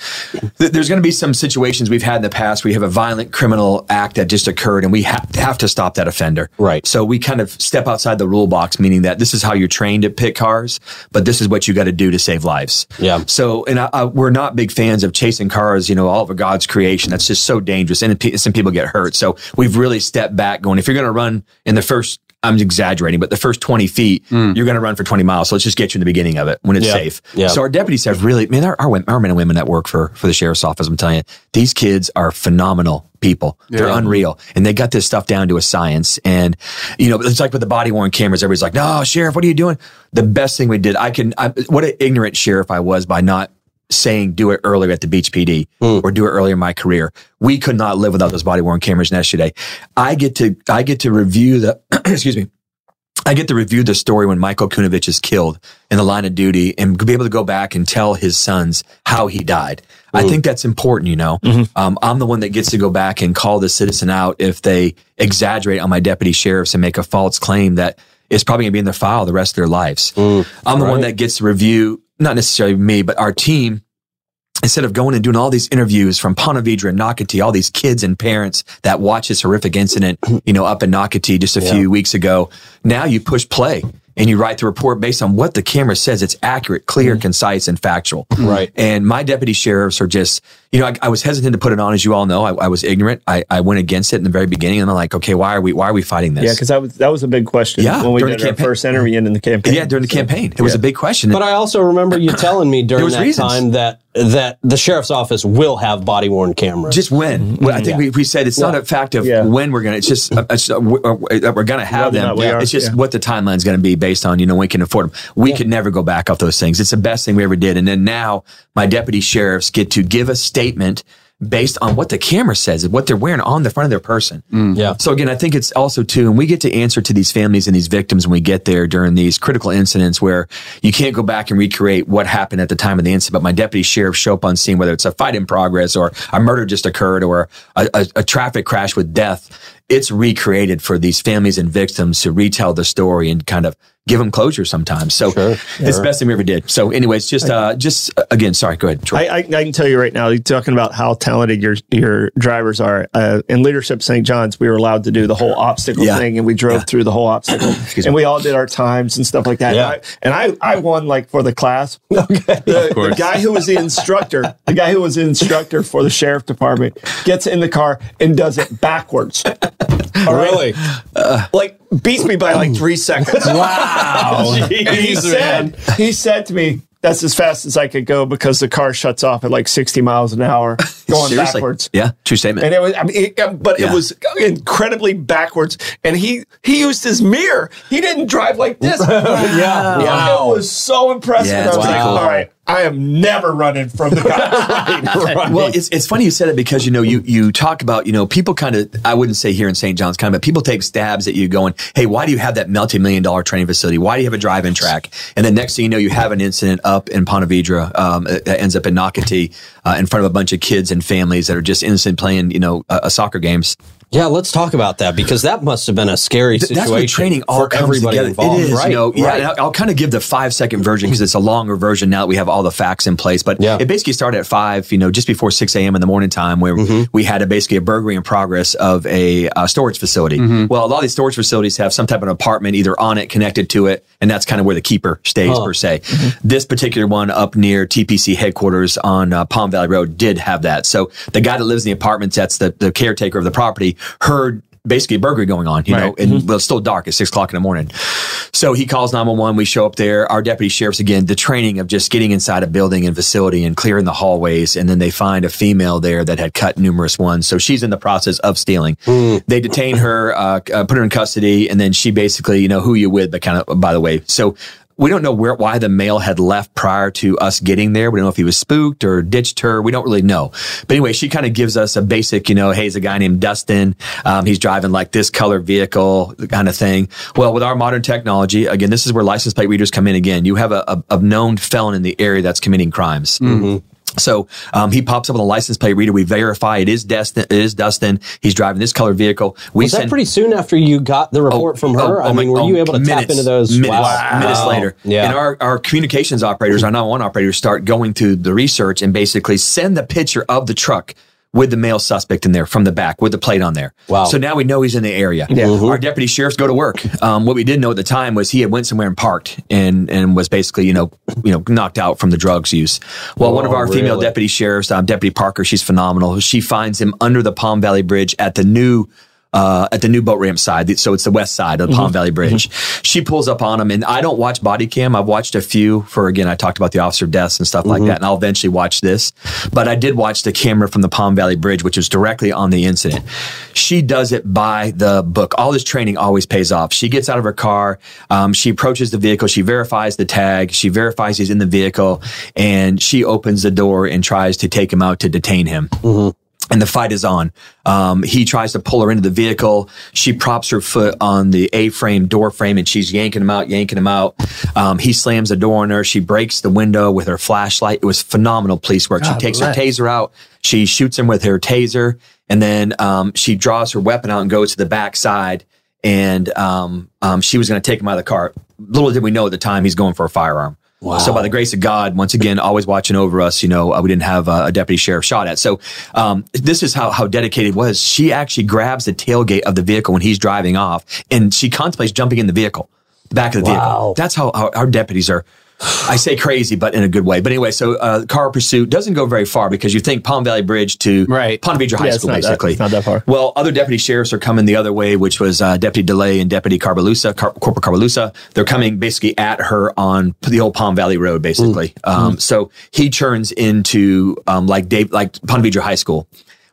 Speaker 1: th- there's going to be some situations we've had in the past. where you have a violent criminal act that just occurred, and we have to, have to stop that offender.
Speaker 2: Right.
Speaker 1: So we kind of step outside the rule box, meaning that this is how you're trained to pit cars, but this is what you got to do to save lives.
Speaker 2: Yeah.
Speaker 1: So, and I, I, we're not big fans of chasing cars. You know, all of God's creation. That's just so dangerous, and pe- some people get hurt. So we've really stepped back, going, if you're going to run in the first. I'm exaggerating, but the first 20 feet, you're going to run for 20 miles. So let's just get you in the beginning of it when it's
Speaker 2: Mm. Yeah.
Speaker 1: safe.
Speaker 2: Yeah.
Speaker 1: So our deputies have really, man, our, our, women, our men and women that work for, for the sheriff's office, I'm telling you, these kids are phenomenal people. They're unreal. And they got this stuff down to a science. And, you know, it's like with the body worn cameras, everybody's like, no, sheriff, what are you doing? The best thing we did, I can, I, what an ignorant sheriff I was by not saying do it earlier at the beach PD or do it earlier in my career. We could not live without those body worn cameras yesterday. eh? I get to, I get to review the, <clears throat> excuse me, I get to review the story when Michael Kunovich is killed in the line of duty and be able to go back and tell his sons how he died. I think that's important, you know. Um, I'm the one that gets to go back and call the citizen out if they exaggerate on my deputy sheriffs and make a false claim that is probably going to be in their file the rest of their lives. I'm the one that gets to review, not necessarily me, but our team instead of going and doing all these interviews from Ponte Vedra and Nocatee, all these kids and parents that watch this horrific incident, you know, up in Nocatee just a few weeks ago, now you push play and you write the report based on what the camera says. It's accurate, clear, concise, and factual.
Speaker 2: Right.
Speaker 1: And my deputy sheriffs are just, you know, I, I was hesitant to put it on, as you all know. I, I was ignorant. I, I went against it in the very beginning, and I'm like, okay, why are we why are we fighting this?
Speaker 5: Yeah, because that was that was a big question
Speaker 1: Yeah,
Speaker 5: when we
Speaker 1: during
Speaker 5: did
Speaker 1: the
Speaker 5: our
Speaker 1: campaign.
Speaker 5: first interview in the campaign.
Speaker 1: yeah, during the
Speaker 5: So-
Speaker 1: campaign, it was a big question.
Speaker 2: But I also remember you
Speaker 1: <coughs>
Speaker 2: telling me during
Speaker 1: was
Speaker 2: that
Speaker 1: reasons.
Speaker 2: time that that the sheriff's office will have body worn cameras.
Speaker 1: just when. Well, I think we, we said it's not a fact of
Speaker 5: Yeah.
Speaker 1: when we're gonna. It's just uh, it's, uh, w- uh, that we're gonna have
Speaker 5: Whether or
Speaker 1: them.
Speaker 5: not we are,
Speaker 1: It's just
Speaker 5: yeah.
Speaker 1: what the timeline's gonna be based on. You know, when we can afford them. We could never go back off those things. It's the best thing we ever did. And then now my deputy sheriffs get to give a statement. based on what the camera says and what they're wearing on the front of their person. <laughs>
Speaker 2: Yeah.
Speaker 1: So again, I think it's also too, and we get to answer to these families and these victims when we get there during these critical incidents where you can't go back and recreate what happened at the time of the incident. But my deputy sheriff show up on scene, whether it's a fight in progress or a murder just occurred or a, a, a traffic crash with death, it's recreated for these families and victims to retell the story and kind of give them closure sometimes. So it's the best thing we ever did. So anyways, just, uh, just uh, again, sorry, go ahead. Troy.
Speaker 5: I, I, I can tell you right now, you're talking about how talented your your drivers are. Uh, in Leadership St. John's, we were allowed to do the whole obstacle
Speaker 1: Yeah.
Speaker 5: thing, and we drove through the whole obstacle, and we all did our times and stuff like that.
Speaker 2: Yeah.
Speaker 5: And, I, and I, I won like for the class. <laughs> The, the guy who was the instructor, the guy who was the instructor for the sheriff department, gets in the car and does it backwards.
Speaker 2: Really?
Speaker 1: <laughs>
Speaker 5: Like beats me by like three seconds.
Speaker 1: <laughs>
Speaker 3: Wow.
Speaker 2: <laughs>
Speaker 5: And Oh, he said, he said to me, that's as fast as I could go because the car shuts off at like 60 miles
Speaker 1: <laughs>
Speaker 5: an hour going
Speaker 1: Seriously.
Speaker 5: backwards.
Speaker 1: Yeah. True statement.
Speaker 5: And it was, I mean, it, um, but
Speaker 1: Yeah.
Speaker 5: it was incredibly backwards. And he, he used his mirror. He didn't drive
Speaker 1: <laughs>
Speaker 5: like this. yeah. It was so impressive.
Speaker 1: Yeah,
Speaker 5: And I
Speaker 1: it's
Speaker 5: was
Speaker 1: pretty
Speaker 5: like,
Speaker 1: cool.
Speaker 5: all right, I am never running from
Speaker 1: <laughs>
Speaker 5: the guy.
Speaker 1: Well, it's, it's funny you said it because you know you you talk about you know people kind of I wouldn't say here in St. John's kind of but people take stabs at you going hey why do you have that multi million dollar training facility why do you have a drive in track and then next thing you know you have an incident up in Ponte Vedra um, that ends up in Nocatee uh, in front of a bunch of kids and families that are just innocent playing you know uh, uh, soccer games
Speaker 2: Yeah, let's talk about that because that must have been a scary
Speaker 1: Th-
Speaker 2: situation.
Speaker 1: That's where training all
Speaker 2: for
Speaker 1: comes
Speaker 2: everybody
Speaker 1: together.
Speaker 2: involved.
Speaker 1: It is,
Speaker 2: right?
Speaker 1: you know, yeah.
Speaker 2: right.
Speaker 1: and I'll, I'll kind of give the five second version because it's a longer version now that we have all the facts in place. But
Speaker 2: Yeah.
Speaker 1: it basically started at five, you know, just before six a.m. in the morning time, where
Speaker 2: Mm-hmm.
Speaker 1: we had a, basically a burglary in progress of a uh, storage facility.
Speaker 2: Mm-hmm.
Speaker 1: Well, a lot of these storage facilities have some type of apartment either on it, connected to it, and that's kind of where the keeper stays per se.
Speaker 2: Mm-hmm.
Speaker 1: This particular one up near TPC headquarters on uh, Palm Valley Road did have that. So the guy that lives in the apartments, that's the, the caretaker of the property, heard basically a burglary going on, you know, and well, it's still dark. It's six o'clock in the morning. So he calls 911. We show up there. Our deputy sheriff's again, the training of just getting inside a building and facility and clearing the hallways. And then they find a female there that had cut numerous ones. So she's in the process of stealing. They detain her, uh, c- uh, put her in custody. And then she basically, you know, who you with, but kind of, by the way. So we don't know where why the male had left prior to us getting there. We don't know if he was spooked or ditched her. We don't really know. But anyway, she kind of gives us a basic, you know, hey, it's a guy named Dustin. Um, he's driving like this color vehicle kind of thing. Well, with our modern technology, again, this is where license plate readers come in again. You have a, a, a known felon in the area that's committing crimes.
Speaker 2: Mm-hmm.
Speaker 1: So um, he pops up on the license plate reader. We verify it is Dustin. It is Dustin. He's driving this color vehicle. We
Speaker 2: Was that
Speaker 1: send-
Speaker 2: pretty soon after you got the report from her?
Speaker 1: Oh, oh
Speaker 2: I
Speaker 1: my-
Speaker 2: mean, were
Speaker 1: oh,
Speaker 2: you able to tap
Speaker 1: minutes,
Speaker 2: into those
Speaker 1: minutes,
Speaker 2: Wow.
Speaker 1: minutes later?
Speaker 2: Yeah.
Speaker 1: And our, our communications operators, our 911 operators, start going through the research and basically send the picture of the truck with the male suspect in there from the back with the plate on there.
Speaker 2: Wow. Mm-hmm.
Speaker 1: So now we know he's in the area. Yeah. Our deputy sheriffs go to work. Um, what we didn't know at the time was he had went somewhere and parked and and was basically you know you know knocked out from the drugs use. Well, one of
Speaker 2: Whoa,
Speaker 1: our female
Speaker 2: really?
Speaker 1: deputy deputy sheriff's um, deputy Parker. She's phenomenal. She finds him under the Palm Valley Bridge at the new. Uh, at the new boat ramp side, so it's the west side of the Palm Valley Bridge. She pulls up on him, and I don't watch body cam. I've watched a few for again. I talked about the officer deaths and stuff like that, and I'll eventually watch this. But I did watch the camera from the Palm Valley Bridge, which is directly on the incident. She does it by the book. All this training always pays off. She gets out of her car. Um, she approaches the vehicle. She verifies the tag. She verifies he's in the vehicle, and she opens the door and tries to take him out to detain him and the fight is on. Um, he tries to pull her into the vehicle. She props her foot on the A-frame door frame, and she's yanking him out, yanking him out. Um, he slams the door on her. She breaks the window with her flashlight. It was phenomenal police work. she takes her taser out. She shoots him with her taser, and then um, she draws her weapon out and goes to the back side and um, um, she was going to take him out of the car. Little did we know at the time he's going for a firearm. So by the grace of God, once again, always watching over us. You know, uh, we didn't have uh, a deputy sheriff shot at. So um, this is how how dedicated it was. She actually grabs the tailgate of the vehicle when he's driving off, and she contemplates jumping in the vehicle, the back of the vehicle. That's how our, our deputies are. I say crazy, but in a good way. But anyway, so uh, car pursuit doesn't go very far because you think Palm Valley Bridge to
Speaker 3: Right.
Speaker 1: Ponte Vedra High
Speaker 5: Yeah, it's
Speaker 1: School,
Speaker 5: not that-
Speaker 1: basically.
Speaker 5: it's not that far.
Speaker 1: Well, other deputy sheriffs are coming the other way, which was uh, Deputy DeLay and Deputy Carbalusa, Car- Corporal Carbalusa. They're coming basically at her on the old Palm Valley Road, basically.
Speaker 5: Mm.
Speaker 1: Um, So he turns into um, like Dave, like Ponte Vedra High School.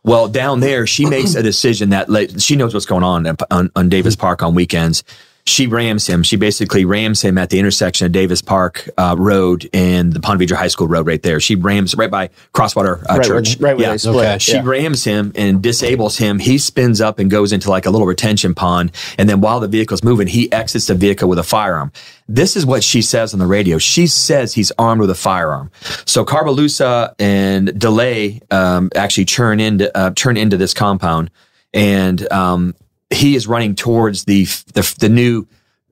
Speaker 1: Well,
Speaker 5: <clears throat>
Speaker 1: uh, down there, she makes a decision that like, she knows what's going on, at- on on Davis Park on weekends. she rams him. She basically rams him at the intersection of Davis Park uh, Road and the Palm Vedra High School Road right there. She rams right by Crosswater uh,
Speaker 5: Right, where-
Speaker 1: Church.
Speaker 5: right where
Speaker 1: yeah.
Speaker 5: they split.
Speaker 2: Okay.
Speaker 1: She rams him and disables him. He spins up and goes into like a little retention pond. And then while the vehicle's moving, he exits the vehicle with a firearm. This is what she says on the radio. She says he's armed with a firearm. So Carbalusa and Delay um, actually churn into uh, turn into this compound, and um, he is running towards the the, the new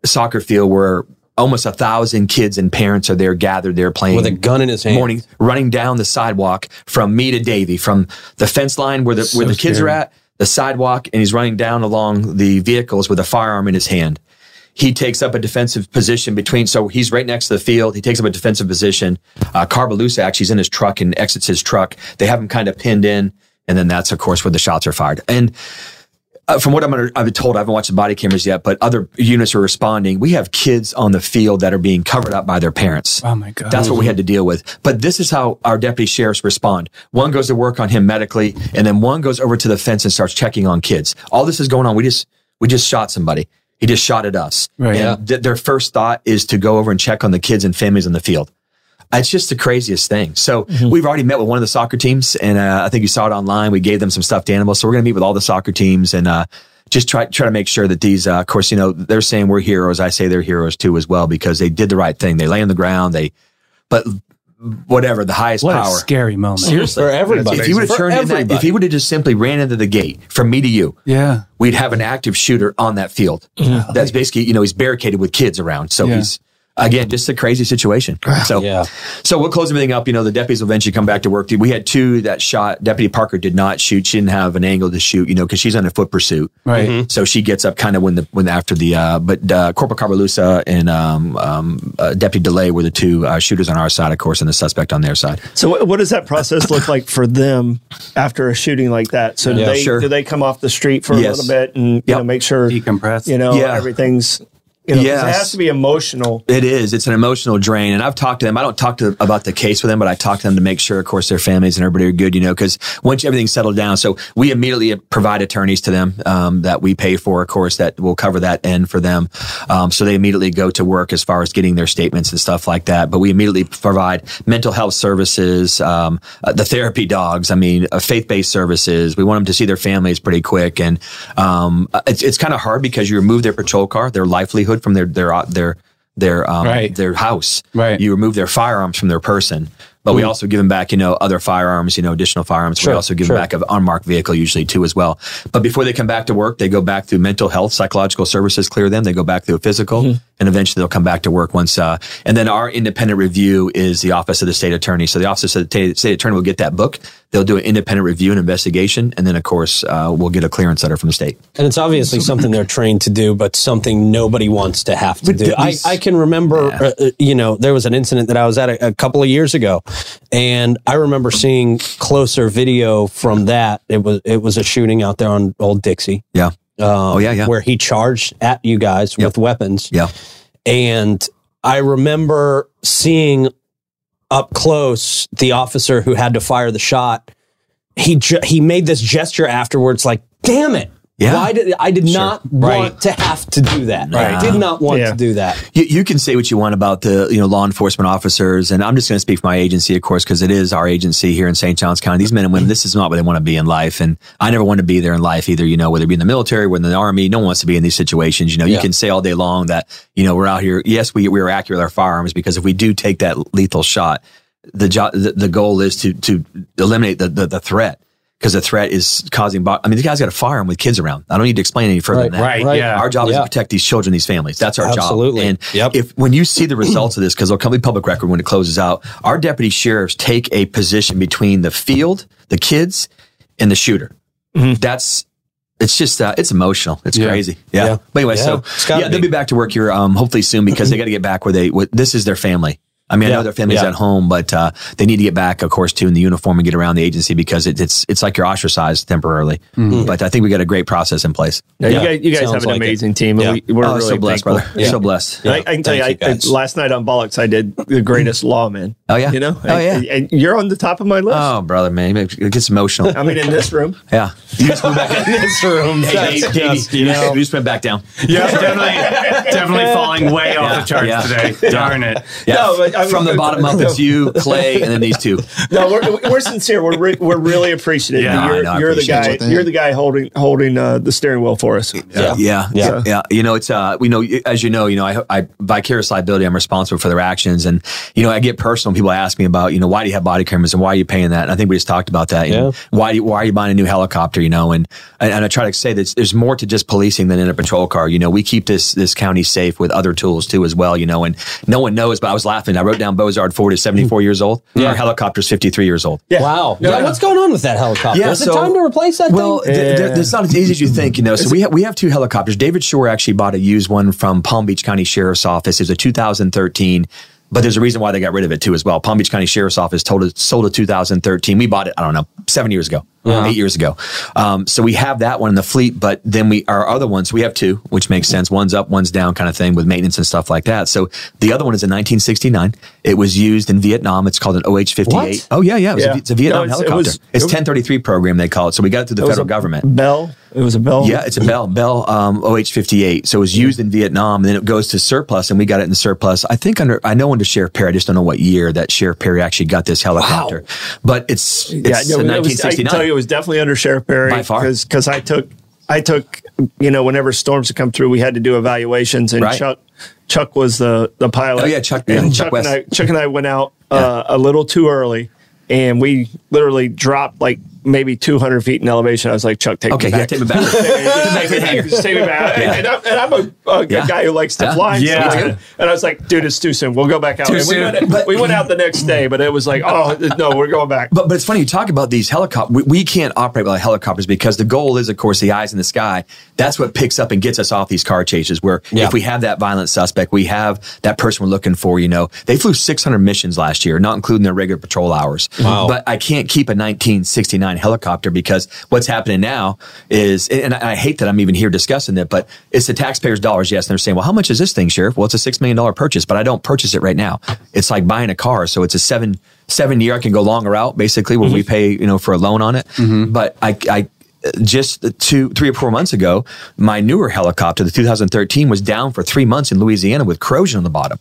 Speaker 1: soccer field where. Almost a thousand kids and parents are there gathered there playing
Speaker 2: with a gun in his hand.
Speaker 1: morning running down the sidewalk from me to Davy, from the fence line where the where the kids are at, the sidewalk, and he's running down along the vehicles with a firearm in his hand. He takes up a defensive position between, so he's right next to the field. He takes up a defensive position. Uh, Carbalusa actually is in his truck and exits his truck. They have him kind of pinned in, and then that's of course where the shots are fired. And uh, from what I'm under, I've been told, I haven't watched the body cameras yet, but other units are responding. We have kids on the field that are being covered up by their parents.
Speaker 3: Oh my God.
Speaker 1: That's what we had to deal with. But this is how our deputy sheriffs respond. One goes to work on him medically, and then one goes over to the fence and starts checking on kids. All this is going on. We just we just shot somebody. He just shot at us.
Speaker 3: Right.
Speaker 1: And th- their first thought is to go over and check on the kids and families on the field. It's just the craziest thing. So
Speaker 3: Mm-hmm.
Speaker 1: we've already met with one of the soccer teams, and uh, I think you saw it online. We gave them some stuffed animals, so we're going to meet with all the soccer teams and uh, just try try to make sure that these. Uh, of course, you know they're saying we're heroes. I say they're heroes too as well because they did the right thing. They lay on the ground. They, but whatever the highest
Speaker 3: What a
Speaker 1: power.
Speaker 3: scary moment.
Speaker 2: for everybody.
Speaker 1: If he would have
Speaker 2: For
Speaker 1: turned in that, if
Speaker 2: everybody.
Speaker 1: he would have just simply ran into the gate from me to you,
Speaker 3: Yeah.
Speaker 1: we'd have an active shooter on that field. That's basically, you know, he's barricaded with kids around. So
Speaker 3: Yeah.
Speaker 1: he's, again, just a crazy situation. So,
Speaker 2: Yeah.
Speaker 1: so we'll close everything up. You know, the deputies will eventually come back to work. We had two that shot. Deputy Parker did not shoot. She didn't have an angle to shoot, you know, because she's on a foot pursuit.
Speaker 3: Right.
Speaker 1: So she gets up kind of when the when after the uh, but uh, Corporal Carvalusa and um, um, uh, Deputy Delay were the two uh, shooters on our side, of course, and the suspect on their side.
Speaker 5: So what, what does that process look like for them after a shooting like that? So do
Speaker 1: Yeah,
Speaker 5: they
Speaker 1: sure.
Speaker 5: do they come off the street for
Speaker 1: Yes.
Speaker 5: a little bit and you
Speaker 1: Yep.
Speaker 5: know make sure
Speaker 3: Decompress.
Speaker 5: you know
Speaker 1: Yeah.
Speaker 5: everything's you know 'cause it
Speaker 1: Yes.
Speaker 5: has to be emotional.
Speaker 1: It is. It's an emotional drain. And I've talked to them. I don't talk to them about the case with them, but I talk to them to make sure, of course, their families and everybody are good, you know, because once everything's settled down. So we immediately provide attorneys to them um, that we pay for, of course, that will cover that end for them. Um, so they immediately go to work as far as getting their statements and stuff like that. But we immediately provide mental health services, um, uh, the therapy dogs. I mean, uh, faith based services. We want them to see their families pretty quick. And um, uh, it's, it's kind of hard because you remove their patrol car, their livelihood from their, their, uh, their, their um,
Speaker 3: Right.
Speaker 1: their house.
Speaker 3: Right.
Speaker 1: You remove their firearms from their person, but we also give them back, you know, other firearms, you know, additional firearms. we also give them back an unmarked vehicle usually too as well. But before they come back to work, they go back through mental health, psychological services, clear them. They go back through a physical, and eventually they'll come back to work once. Uh, and then our independent review is the office of the state attorney. So the office of the ta- state attorney will get that book. They'll do an independent review and investigation, and then of course uh, we'll get a clearance letter from the state.
Speaker 2: And it's obviously something they're trained to do, but something nobody wants to have to do. I, I can remember, uh, uh, you know, there was an incident that I was at a, a couple of years ago, and I remember seeing closer video from that. It was it was a shooting out there on Old Dixie, um,
Speaker 1: Yeah. oh yeah, yeah,
Speaker 2: where he charged at you guys with weapons.
Speaker 1: yeah.
Speaker 2: And I remember seeing up close the officer who had to fire the shot. He ju- he made this gesture afterwards, like "Damn it!
Speaker 1: Yeah.
Speaker 2: Why did I did not want
Speaker 3: Right.
Speaker 2: to have to do that? I did not want
Speaker 5: Yeah.
Speaker 2: to do that."
Speaker 1: you, you can say what you want about the you know law enforcement officers, and I'm just going to speak for my agency, of course, because it is our agency here in St. Johns County. These men and women, this is not what they want to be in life, and I never want to be there in life either. You know, whether it be in the military, whether in the army, no one wants to be in these situations. You know, you can say all day long that you know we're out here. Yes, we we are accurate with our firearms because if we do take that lethal shot, the jo- the, the goal is to to eliminate the the, the threat. Because the threat is causing. Bo- I mean, the guy's got a firearm with kids around. I don't need to explain any further than that.
Speaker 3: Right. Yeah.
Speaker 1: Our job is
Speaker 2: Yeah.
Speaker 1: to protect these children, these families. That's our
Speaker 2: Absolutely.
Speaker 1: job. And
Speaker 2: Yep.
Speaker 1: if when you see the results of this, because it'll come in public record when it closes out, our deputy sheriffs take a position between the field, the kids, and the shooter. That's it's just uh, it's emotional. It's
Speaker 3: Yeah.
Speaker 1: crazy. Yeah.
Speaker 2: Mm-hmm. Yeah.
Speaker 1: But anyway,
Speaker 2: Yeah.
Speaker 1: so
Speaker 2: It's
Speaker 1: yeah,
Speaker 2: gotta
Speaker 1: they'll
Speaker 2: be.
Speaker 1: be back to work here um, hopefully soon because they got to get back where they. What, this is their family. I mean, I know their family's
Speaker 2: Yeah.
Speaker 1: at home, but uh, they need to get back, of course, too, in the uniform and get around the agency because it, it's it's like you're ostracized temporarily.
Speaker 2: Mm-hmm.
Speaker 1: But I think we got a great process in place.
Speaker 5: Yeah,
Speaker 2: Yeah.
Speaker 5: you guys, you guys
Speaker 2: Sounds
Speaker 5: have an
Speaker 2: like it.
Speaker 5: amazing team. and
Speaker 2: Yeah.
Speaker 5: We, we're
Speaker 1: oh,
Speaker 5: really
Speaker 1: so blessed,
Speaker 5: thankful.
Speaker 1: brother. So blessed.
Speaker 5: I, I can tell
Speaker 2: Thank
Speaker 5: you,
Speaker 2: you
Speaker 5: I, I-
Speaker 2: guys.
Speaker 5: last night on Bollocks, I did the greatest lawman.
Speaker 1: Oh yeah.
Speaker 5: You know?
Speaker 1: Oh
Speaker 5: And-
Speaker 1: yeah.
Speaker 5: And, and you're on the top of my list.
Speaker 1: Oh brother, man, it gets
Speaker 5: <laughs>
Speaker 1: emotional.
Speaker 5: I mean, in
Speaker 1: <laughs>
Speaker 5: this room.
Speaker 1: Yeah.
Speaker 2: this room.
Speaker 1: Hey, Dave, Dave, you, just, you just went back down.
Speaker 3: Yeah, definitely, <laughs> definitely falling way off the charts
Speaker 1: yeah.
Speaker 3: today. Darn it.
Speaker 1: Yeah.
Speaker 5: No, but I mean-
Speaker 1: From the bottom up,
Speaker 5: <laughs>
Speaker 1: it's you, Clay, and then these two.
Speaker 5: <laughs> No, we're, we're sincere. We're re- we're really appreciative.
Speaker 3: Yeah,
Speaker 5: you're
Speaker 1: I know. I
Speaker 5: you're the
Speaker 1: appreciate
Speaker 5: guy.
Speaker 7: it.
Speaker 5: You're the guy holding holding uh, the steering wheel for us.
Speaker 2: Yeah.
Speaker 1: Yeah, yeah, yeah. You know, it's uh, we know as you know, you know, I, I vicarious liability. I'm responsible for their actions, and you know, I get personal. People ask me about, you know, why do you have body cameras and why are you paying that? And I think we just talked about that.
Speaker 2: Yeah.
Speaker 1: And Why do you, why are you buying a new helicopter? You know, and and, and I try to say that there's more to just policing than in a patrol car. You know, we keep this this county safe with other tools too as well. You know, and no one knows, but I was laughing. I wrote down Bozard Ford is 74 years old. Our helicopter's 53 years old.
Speaker 5: Yeah.
Speaker 2: Wow. Yeah, what's going on with that helicopter?
Speaker 1: Yeah,
Speaker 2: Is it
Speaker 1: so-
Speaker 2: time to replace that
Speaker 1: Well,
Speaker 2: thing?
Speaker 1: th- th- it's not as easy as you think, you know. So we ha- we have two helicopters. David Shore actually bought a used one from Palm Beach County Sheriff's Office. It was a 2013, but there's a reason why they got rid of it too as well. Palm Beach County Sheriff's Office told us sold a 2013. We bought it, I don't know, seven years ago, eight years ago. Um, so we have that one in the fleet, but then we our other ones we have two, which makes sense. One's up, one's down, kind of thing with maintenance and stuff like that. So the other one is a 1969. It was used in Vietnam. It's called an OH-58.
Speaker 2: What?
Speaker 1: Oh yeah, yeah. It was
Speaker 5: Yeah.
Speaker 1: A, it's a Vietnam
Speaker 5: No, it's- it
Speaker 1: helicopter.
Speaker 5: was-
Speaker 1: it's
Speaker 5: it was-
Speaker 1: 1033 program they call it. So we got it through the
Speaker 5: It was
Speaker 1: federal
Speaker 5: a
Speaker 1: government.
Speaker 5: Bell. It was a bell.
Speaker 1: Yeah, it's a Bell Bell um, OH58. So it was used in Vietnam, and then it goes to surplus, and we got it in surplus. I think under I know under Sheriff Perry. I just don't know what year that Sheriff Perry actually got this helicopter. But it's it's
Speaker 5: yeah,
Speaker 1: a
Speaker 5: no, it was, I can
Speaker 1: 1969.
Speaker 5: tell you, it was definitely under Sheriff Perry
Speaker 1: By far.
Speaker 5: because I took I took you know whenever storms would come through, we had to do evaluations, and
Speaker 1: Right.
Speaker 5: Chuck Chuck was the the pilot.
Speaker 1: Oh, yeah, Chuck- yeah,
Speaker 5: and
Speaker 1: Chuck
Speaker 5: Chuck, and
Speaker 1: West.
Speaker 5: I Chuck and I
Speaker 1: <laughs>
Speaker 5: went out uh, a little too early, and we literally dropped like maybe 200 feet in elevation. I was like, Chuck, take
Speaker 1: okay,
Speaker 5: me
Speaker 1: yeah,
Speaker 5: back.
Speaker 1: take me back.
Speaker 5: <laughs> Take me back. Just take me back. And, I'm, and I'm a, a
Speaker 1: Yeah.
Speaker 5: guy who likes to
Speaker 1: Yeah.
Speaker 5: fly. so-
Speaker 3: Yeah.
Speaker 5: and I was like, dude, it's too soon. We'll go back out.
Speaker 3: Too
Speaker 5: And we,
Speaker 2: <laughs>
Speaker 3: soon.
Speaker 5: Went, we went out the next day, but it was like, oh, no, we're going back.
Speaker 1: But, but it's funny you talk about these helicopters. We, we can't operate without helicopters because the goal is, of course, the eyes in the sky. That's what picks up and gets us off these car chases. Where
Speaker 2: Yeah.
Speaker 1: if we have that violent suspect, we have that person we're looking for. You know, they flew 600 missions last year, not including their regular patrol hours.
Speaker 2: Wow.
Speaker 1: But I can't keep a 1969 helicopter because what's happening now is, and and I hate that I'm even here discussing it, but it's the taxpayers' dollars. Yes, and they're saying, well, how much is this thing, sheriff? Well, it's a six million dollar purchase, but I don't purchase it right now. It's like buying a car, so it's a seven seven year. I can go longer out basically
Speaker 2: Mm-hmm.
Speaker 1: when we pay you know for a loan on it, but I. I just two, three or four months ago, my newer helicopter, the 2013, was down for three months in Louisiana with corrosion on the bottom,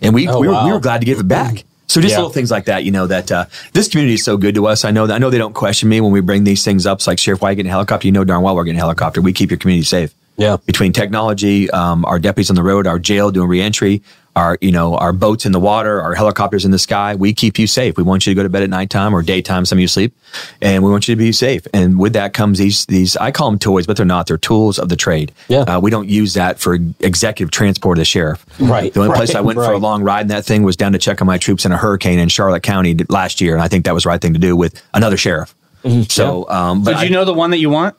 Speaker 1: and we
Speaker 2: Oh,
Speaker 1: we, were, we
Speaker 2: wow.
Speaker 1: were glad to give it back. So just
Speaker 2: Yeah.
Speaker 1: little things like that, you know, that uh, this community is so good to us. I know that I know they don't question me when we bring these things up. It's like Sheriff, why you getting a helicopter? You know darn well we're getting a helicopter. We keep your community safe.
Speaker 2: Yeah.
Speaker 1: Between technology, um, our deputies on the road, our jail doing reentry, our you know our boats in the water, our helicopters in the sky, we keep you safe. We want you to go to bed at nighttime or daytime. Some of you sleep, and we want you to be safe. And with that comes these these I call them toys, but they're not. They're tools of the trade.
Speaker 2: Yeah.
Speaker 1: Uh, we don't use that for executive transport of the sheriff.
Speaker 2: Right,
Speaker 1: The only place
Speaker 2: right,
Speaker 1: I went for a
Speaker 2: right.
Speaker 1: long long ride in that thing was down to check on my troops in a hurricane in Charlotte County d- last year, and I think that was the right thing to do with another sheriff.
Speaker 2: Mm-hmm.
Speaker 1: So, um, but
Speaker 3: Did
Speaker 1: I-
Speaker 3: you know the one that you want?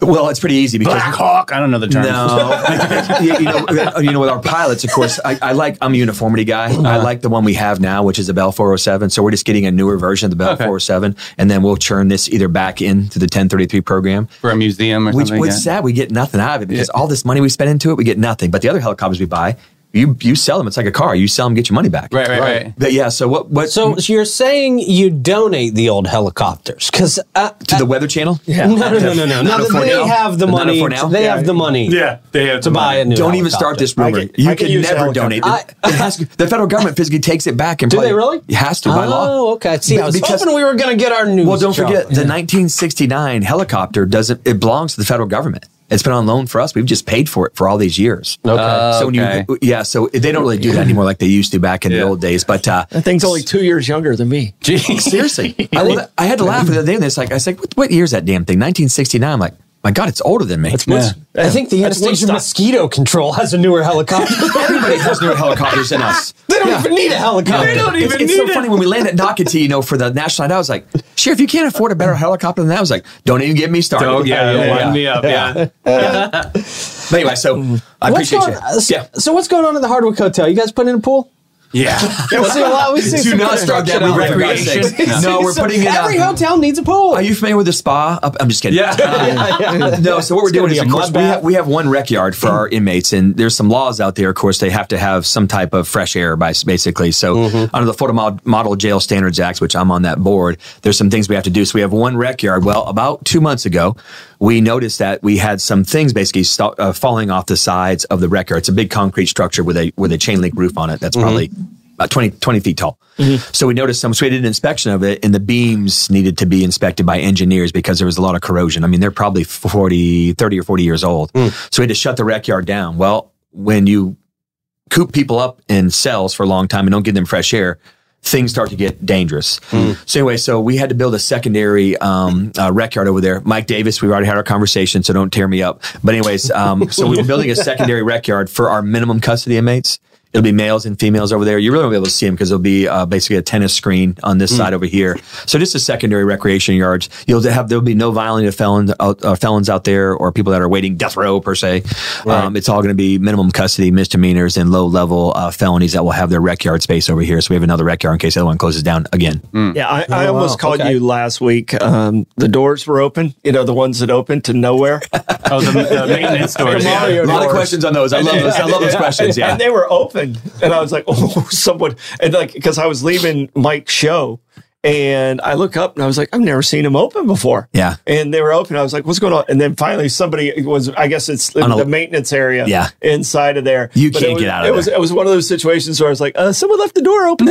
Speaker 1: well, it's pretty easy because
Speaker 3: Black Hawk. I don't know the term.
Speaker 1: no, <laughs> you, you know, uh, you know, with our pilots, of course, I, I like. I'm a uniformity guy. I
Speaker 3: Uh-huh.
Speaker 1: like the one we have now, which is the Bell 407. So we're just getting a newer version of the Bell
Speaker 3: Okay.
Speaker 1: 407, and then we'll churn this either back into the 1033 program.
Speaker 3: For a museum or
Speaker 1: Which,
Speaker 3: something.
Speaker 1: which
Speaker 3: yeah.
Speaker 1: sad we get nothing out of it because all this money we spend into it, we get nothing. But the other helicopters we buy, you you sell them. It's like a car. You sell them, get your money back.
Speaker 3: Right, right, right.
Speaker 1: But yeah, so what? What
Speaker 2: so, so you're saying you donate the old helicopters because uh,
Speaker 1: to the Weather Channel?
Speaker 2: no, no, no, no, no, no.
Speaker 1: Not
Speaker 2: that
Speaker 1: for
Speaker 2: They
Speaker 1: now.
Speaker 2: have the
Speaker 1: Not
Speaker 2: money.
Speaker 1: for now.
Speaker 2: They
Speaker 1: Yeah.
Speaker 2: have the money.
Speaker 3: Yeah, they have
Speaker 2: to buy a new.
Speaker 1: Don't even start
Speaker 2: helicopter.
Speaker 1: this rumor.
Speaker 5: I can-
Speaker 1: you
Speaker 5: I can
Speaker 1: can,
Speaker 5: use
Speaker 1: never
Speaker 5: that
Speaker 1: donate.
Speaker 5: one.
Speaker 1: it It has, the federal government physically takes it back and
Speaker 2: Do they really?
Speaker 1: It has to by law.
Speaker 2: Oh, okay. See, I was
Speaker 1: Because-
Speaker 2: hoping we were going to get our news.
Speaker 1: Well, don't
Speaker 2: job.
Speaker 1: forget the 1969 helicopter doesn't. It belongs to the federal government. It's been on loan for us. We've just paid for it for all these years.
Speaker 2: Uh, Okay.
Speaker 1: so when
Speaker 3: okay.
Speaker 1: you, yeah, so they don't really do that anymore like they used to back in
Speaker 3: Yeah.
Speaker 1: the old days. But
Speaker 2: <laughs>
Speaker 1: uh,
Speaker 5: That thing's only two years younger than me.
Speaker 1: Seriously, I,
Speaker 2: <laughs>
Speaker 1: love- I had to laugh the other day. And it's like I was like, what, what year is that damn thing? 1969. I'm like, my God, it's older than me.
Speaker 2: I think the United States
Speaker 5: Woodstock.
Speaker 2: Mosquito Control has a
Speaker 1: <laughs>
Speaker 2: newer helicopter.
Speaker 1: Everybody has newer helicopters than us.
Speaker 2: they don't even need a helicopter.
Speaker 1: it's, it's so funny when we landed at Nocatee, you know, for the national night. I was like, "Sheriff, you can't afford a better helicopter than that." I was like, "Don't even get me started."
Speaker 3: Oh, yeah, yeah,
Speaker 1: yeah.
Speaker 3: wind me up. Yeah.
Speaker 1: But anyway, so I
Speaker 2: What's
Speaker 1: appreciate
Speaker 2: going, uh,
Speaker 1: you.
Speaker 2: so, so what's going on at the Hardwick Hotel? You guys putting in a pool?
Speaker 3: Yeah.
Speaker 2: We'll see
Speaker 1: <laughs>
Speaker 2: a lot- we see
Speaker 1: Do
Speaker 2: some
Speaker 1: not
Speaker 2: good-
Speaker 1: start that
Speaker 8: out
Speaker 1: out
Speaker 8: for
Speaker 2: <laughs>
Speaker 1: recreation.
Speaker 8: God's sakes.
Speaker 1: No, we're
Speaker 2: So
Speaker 1: putting it up.
Speaker 2: Every hotel needs a pool.
Speaker 1: Are you familiar with the spa? Up- I'm just kidding. Um,
Speaker 2: yeah, <laughs> yeah.
Speaker 1: No, so what we're
Speaker 2: It's
Speaker 1: doing
Speaker 2: gonna be
Speaker 1: is,
Speaker 2: a
Speaker 1: of course,
Speaker 2: mud
Speaker 1: we
Speaker 2: bath.
Speaker 1: have, we have one rec yard for our inmates, and there's some laws out there. Of course, they have to have some type of fresh air, by, basically. So,
Speaker 2: Mm-hmm.
Speaker 1: under the Florida Mod- Model Jail Standards Act, which I'm on that board, there's some things we have to do. So, we have one rec yard. Well, about two months ago, we noticed that we had some things basically st- uh, falling off the sides of the rec yard. It's a big concrete structure with a with a chain link roof on it.
Speaker 2: Mm-hmm.
Speaker 1: That's probably about 20, 20 feet tall. So we noticed some, so we did an inspection of it, and the beams needed to be inspected by engineers because there was a lot of corrosion. I mean, they're probably 40, 30 or 40 years old. So we had to shut the rec yard down. Well, when you coop people up in cells for a long time and don't give them fresh air, things start to get dangerous. So anyway, so we had to build a secondary um, uh, rec yard over there. Mike Davis, we already had our conversation, so don't tear me up. But anyways, um, so we were building a secondary rec yard for our minimum custody inmates. It'll be males and females over there. You really won't be able to see them because there'll be uh, basically a tennis screen on
Speaker 5: Hmm.
Speaker 1: this side over here. So just a secondary recreation yards. You'll have there'll be no violent felons out, uh, felons out there or people that are waiting death row per se. Um, it's all going to be minimum custody misdemeanors and low level uh, felonies that will have their rec yard space over here. So we have another rec yard in case the other one closes down again.
Speaker 3: Hmm.
Speaker 5: Yeah, I, I almost called you last week. Um, the doors were open, you know, the ones that open to nowhere.
Speaker 3: <laughs> Oh, the,
Speaker 5: <laughs>
Speaker 3: the maintenance stores. Yeah.
Speaker 1: A lot of questions on those. I love those. I love
Speaker 5: <laughs>
Speaker 1: those questions. Yeah.
Speaker 5: And they were open. And I was like, <laughs> oh, someone. And like, because I was leaving Mike's show and I look up and I was like, I've never seen them open before.
Speaker 1: Yeah.
Speaker 5: And they were open. I was like, what's going on? And then finally somebody was, I guess it's in
Speaker 1: On a-
Speaker 5: the maintenance area
Speaker 1: Yeah.
Speaker 5: inside of there.
Speaker 1: You
Speaker 5: it
Speaker 1: can't
Speaker 5: was-
Speaker 1: get out
Speaker 5: it
Speaker 1: of
Speaker 5: was,
Speaker 1: there.
Speaker 5: It was one of those situations where I was like, uh, someone left the door
Speaker 1: <laughs>
Speaker 5: open.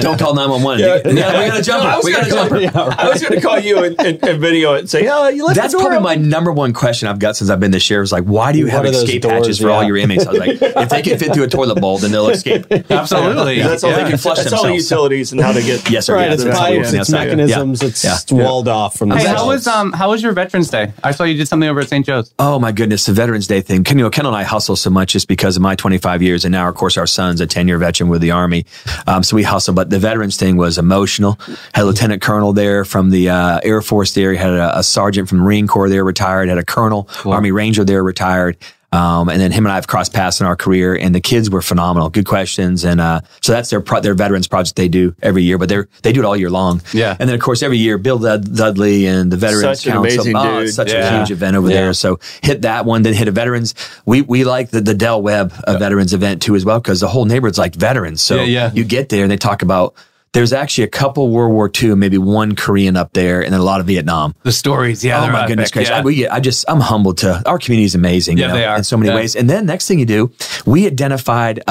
Speaker 1: Don't call 911.
Speaker 5: Yeah.
Speaker 1: Yeah, we got a
Speaker 5: No, I
Speaker 1: jumper.
Speaker 5: was
Speaker 1: We got a
Speaker 5: gonna
Speaker 1: jumper.
Speaker 5: call- I was going to call you and, and, and video it and say, oh, you left
Speaker 1: That's
Speaker 5: the door
Speaker 1: probably
Speaker 5: open.
Speaker 1: my number one question I've got since I've been the sheriff. Is like, why do you
Speaker 2: What
Speaker 1: have
Speaker 2: are those
Speaker 1: escape
Speaker 2: doors?
Speaker 1: hatches for all
Speaker 2: Yeah.
Speaker 1: your inmates? I was like, if they can fit through a toilet bowl, then they'll escape.
Speaker 2: <laughs>
Speaker 3: <laughs> Absolutely.
Speaker 5: That's all
Speaker 1: Yeah.
Speaker 5: they can flush That's all the
Speaker 1: themselves.
Speaker 5: utilities and how to <laughs> get.
Speaker 1: Yes, sir.
Speaker 2: Right,
Speaker 1: Yeah,
Speaker 2: it's
Speaker 1: that's how it works
Speaker 2: pipes,
Speaker 1: on the
Speaker 2: it's
Speaker 1: outside. Yeah.
Speaker 2: mechanisms, it's walled off from the
Speaker 3: Hey, how
Speaker 2: cells.
Speaker 3: was um how was your Veterans Day? I saw you did something over at St. Joe's.
Speaker 1: Oh my goodness, the Veterans Day thing. Ken, you know, Ken and I hustle so much just because of my 25 years, and now, of course, our son's a 10 year veteran with the Army, um, so we hustle. But the Veterans thing was emotional. Had a Lieutenant Colonel there from the uh, Air Force there. Had a, a Sergeant from Marine Corps there retired. Had a Colonel Army Ranger there retired. Um, and then him and I have crossed paths in our career, and the kids were phenomenal. Good questions, and uh, so that's their pro- their veterans project they do every year, but they are they do it all year long.
Speaker 3: Yeah.
Speaker 1: and then of course every year Bill Dud- Dudley and the Veterans
Speaker 5: Such an
Speaker 1: Council,
Speaker 5: amazing
Speaker 1: oh, it's
Speaker 5: dude.
Speaker 1: such
Speaker 3: Yeah.
Speaker 1: a huge event over there. So hit that one, then hit a veterans. We we like the, the Dell Webb uh, veterans event too as well because the whole neighborhood's like veterans. So
Speaker 3: Yeah, yeah.
Speaker 1: you get there and they talk about there's actually a couple World War II, maybe one Korean up there, and then a lot of Vietnam.
Speaker 3: The stories, yeah.
Speaker 1: Oh
Speaker 3: they're
Speaker 1: my goodness
Speaker 3: epic,
Speaker 1: gracious!
Speaker 3: yeah.
Speaker 1: I, we, I just I'm humbled to our community is amazing.
Speaker 3: Yeah, they are.
Speaker 1: in so many
Speaker 3: Yeah.
Speaker 1: ways. And then next thing you do, we identified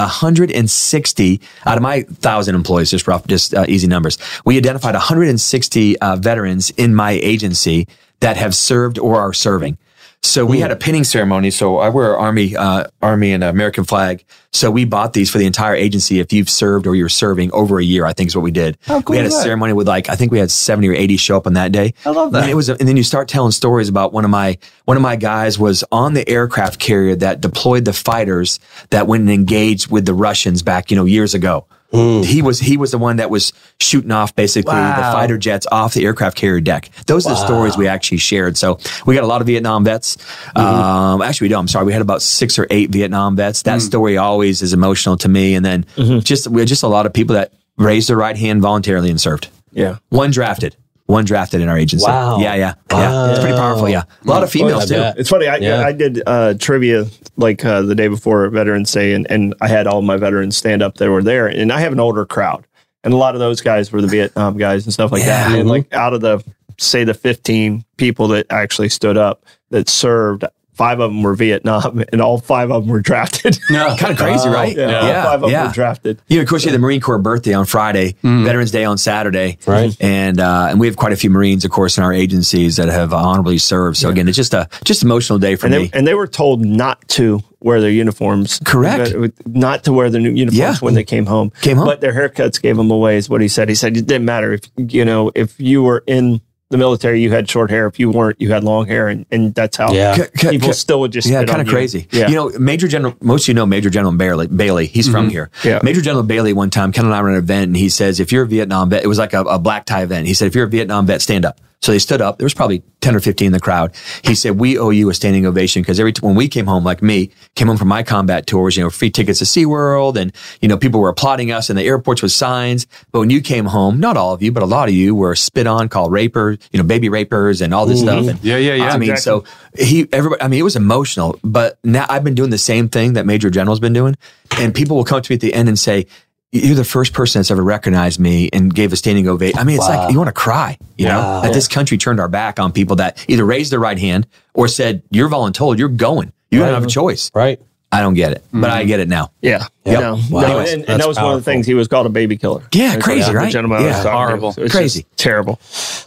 Speaker 1: 160 out of my thousand employees. Just rough, just uh, easy numbers. We identified 160 uh, veterans in my agency that have served or are serving. So we
Speaker 3: Hmm.
Speaker 1: had a pinning ceremony. So I wear army, uh, army and American flag. So we bought these for the entire agency. If you've served or you're serving over a year, I think is what we did. we had a ceremony with like I think we had seventy or eighty show up on that day. I love that. And it was, and then you start telling stories about one of my one of my guys was on the aircraft carrier that deployed the fighters that went and engaged with the Russians back you know years ago. He was he was the one that was shooting off basically the fighter jets off the aircraft carrier deck. Those are the stories we actually shared. So we got a lot of Vietnam vets.
Speaker 2: Mm-hmm.
Speaker 1: Um, actually, we don't. I'm sorry, we had about six or eight Vietnam vets.
Speaker 2: Mm.
Speaker 1: That story always is emotional to me. And then
Speaker 2: Mm-hmm.
Speaker 1: just we had just a lot of people that raised their right hand voluntarily and served.
Speaker 5: Yeah.
Speaker 1: One drafted, one drafted in our agency.
Speaker 2: Wow.
Speaker 1: Yeah, yeah, yeah. It's pretty powerful. Yeah, a lot of females too.
Speaker 2: bet.
Speaker 5: It's funny. I,
Speaker 2: Yeah.
Speaker 5: I did uh, trivia like uh, the day before Veterans Day, and, and I had all my veterans stand up that were there, and I have an older crowd, and a lot of those guys were the Vietnam guys and stuff like that. And
Speaker 1: mm-hmm.
Speaker 5: like out of the say the fifteen people that actually stood up that served, five of them were Vietnam, <laughs> and all five of them were drafted. <laughs>
Speaker 3: No.
Speaker 1: Kind of crazy, right?
Speaker 5: yeah, all
Speaker 1: yeah.
Speaker 5: five of them
Speaker 1: yeah.
Speaker 5: were drafted.
Speaker 1: Yeah, of course, you had the Marine Corps birthday on Friday, Veterans Day on Saturday,
Speaker 2: Right.
Speaker 1: And uh, and we have quite a few Marines, of course, in our agencies that have honorably served. So again, it's just a just emotional day for
Speaker 5: And
Speaker 1: me.
Speaker 5: they, and they were told not to wear their uniforms. Uh,
Speaker 1: Correct.
Speaker 5: Not to wear their new uniforms
Speaker 1: Yeah.
Speaker 5: when they came home.
Speaker 1: Came home.
Speaker 5: But their haircuts gave them away, is what he said. He said it didn't matter if you know if you were in the military, you had short hair. If you weren't, you had long hair, and, and that's how
Speaker 2: Yeah.
Speaker 1: C- c-
Speaker 5: people
Speaker 1: c-
Speaker 5: still would just
Speaker 1: yeah,
Speaker 5: spit on
Speaker 1: kind of
Speaker 5: you.
Speaker 1: crazy.
Speaker 5: Yeah,
Speaker 1: You know, Major General, most of you know Major General Bailey. Bailey he's from here.
Speaker 5: Mm-hmm. Yeah.
Speaker 1: Major General Bailey, one time, Ken and I were at an event, and he says, if you're a Vietnam vet, it was like a, a black tie event. He said, if you're a Vietnam vet, stand up. So they stood up. There was probably 10 or 15 in the crowd. He said, we owe you a standing ovation because every, t- when we came home, like me, came home from my combat tours, you know, free tickets to SeaWorld and, you know, people were applauding us in the airports with signs. But when you came home, not all of you, but a lot of you were spit on, called raper, you know, baby rapers and all this stuff. And,
Speaker 9: Yeah, yeah, yeah.
Speaker 1: I mean, so he, everybody, I mean, it was emotional, but now I've been doing the same thing that Major General's been doing. And people will come to me at the end and say, you're the first person that's ever recognized me and gave a standing ovation. I mean, it's like you want to cry, you know, that this country turned our back on people that either raised their right hand or said, You're voluntold, you're going. You don't have a choice.
Speaker 2: right? Mm.
Speaker 1: I don't get it, but I get it now.
Speaker 5: Yeah.
Speaker 1: Yep.
Speaker 5: No,
Speaker 1: Wow.
Speaker 5: no,
Speaker 1: Anyways,
Speaker 5: and, and that was one of the things he was called a baby killer.
Speaker 1: Yeah,
Speaker 5: That's
Speaker 1: crazy,
Speaker 5: what the
Speaker 1: right?
Speaker 5: gentleman I was
Speaker 1: Yeah,
Speaker 5: talking to.
Speaker 3: horrible.
Speaker 5: So it's
Speaker 1: Crazy.
Speaker 5: just terrible.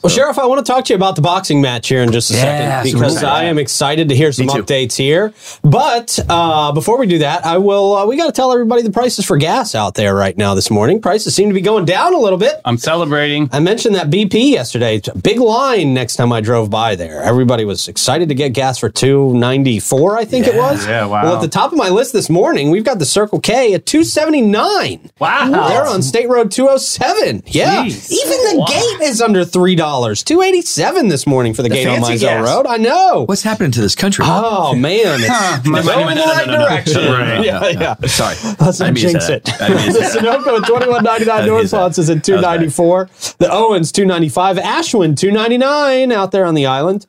Speaker 2: Well, Sheriff, I want to talk to you about the boxing match here in just a
Speaker 1: Yeah,
Speaker 2: second because
Speaker 1: absolutely.
Speaker 2: I am excited to hear some
Speaker 1: too.
Speaker 2: updates here. But uh, before we do that, I will. Uh, we got to tell everybody the prices for gas out there right now this morning. Prices seem to be going down a little bit.
Speaker 3: I'm celebrating.
Speaker 2: I mentioned that BP yesterday. It's a Big line next time I drove by there. Everybody was excited to get gas for two ninety four. I think it was.
Speaker 3: Yeah, wow.
Speaker 2: Well, at the top of my list this morning, we've got the Circle K at two seventy nine.
Speaker 3: Wow.
Speaker 2: They're on State Road two hundred seven. Yeah,
Speaker 3: Jeez.
Speaker 2: even the gate is under three dollars. Two eighty seven this morning for the, gate on
Speaker 5: fancy
Speaker 2: Mizell
Speaker 5: gas.
Speaker 2: Road. I know.
Speaker 1: What's happening to this country?
Speaker 2: Oh man, it's
Speaker 3: <laughs> My money
Speaker 2: going in the
Speaker 3: went-
Speaker 2: right
Speaker 3: no, no, no, no, no.
Speaker 2: direction. <laughs>
Speaker 3: Right.
Speaker 2: Yeah, yeah.
Speaker 1: Sorry.
Speaker 2: Let's
Speaker 1: I didn't mean
Speaker 2: not
Speaker 1: to
Speaker 2: jinx
Speaker 1: say
Speaker 2: it.
Speaker 1: that. <laughs> I didn't
Speaker 2: <laughs>
Speaker 1: mean to
Speaker 2: the
Speaker 1: say that.
Speaker 2: Sunoco at twenty one ninety nine.
Speaker 1: That
Speaker 2: North
Speaker 1: is that.
Speaker 2: Ponce is at
Speaker 1: That
Speaker 2: two
Speaker 1: was bad.
Speaker 2: ninety four. The Owens two ninety five. Ashwin two ninety nine out there on the island.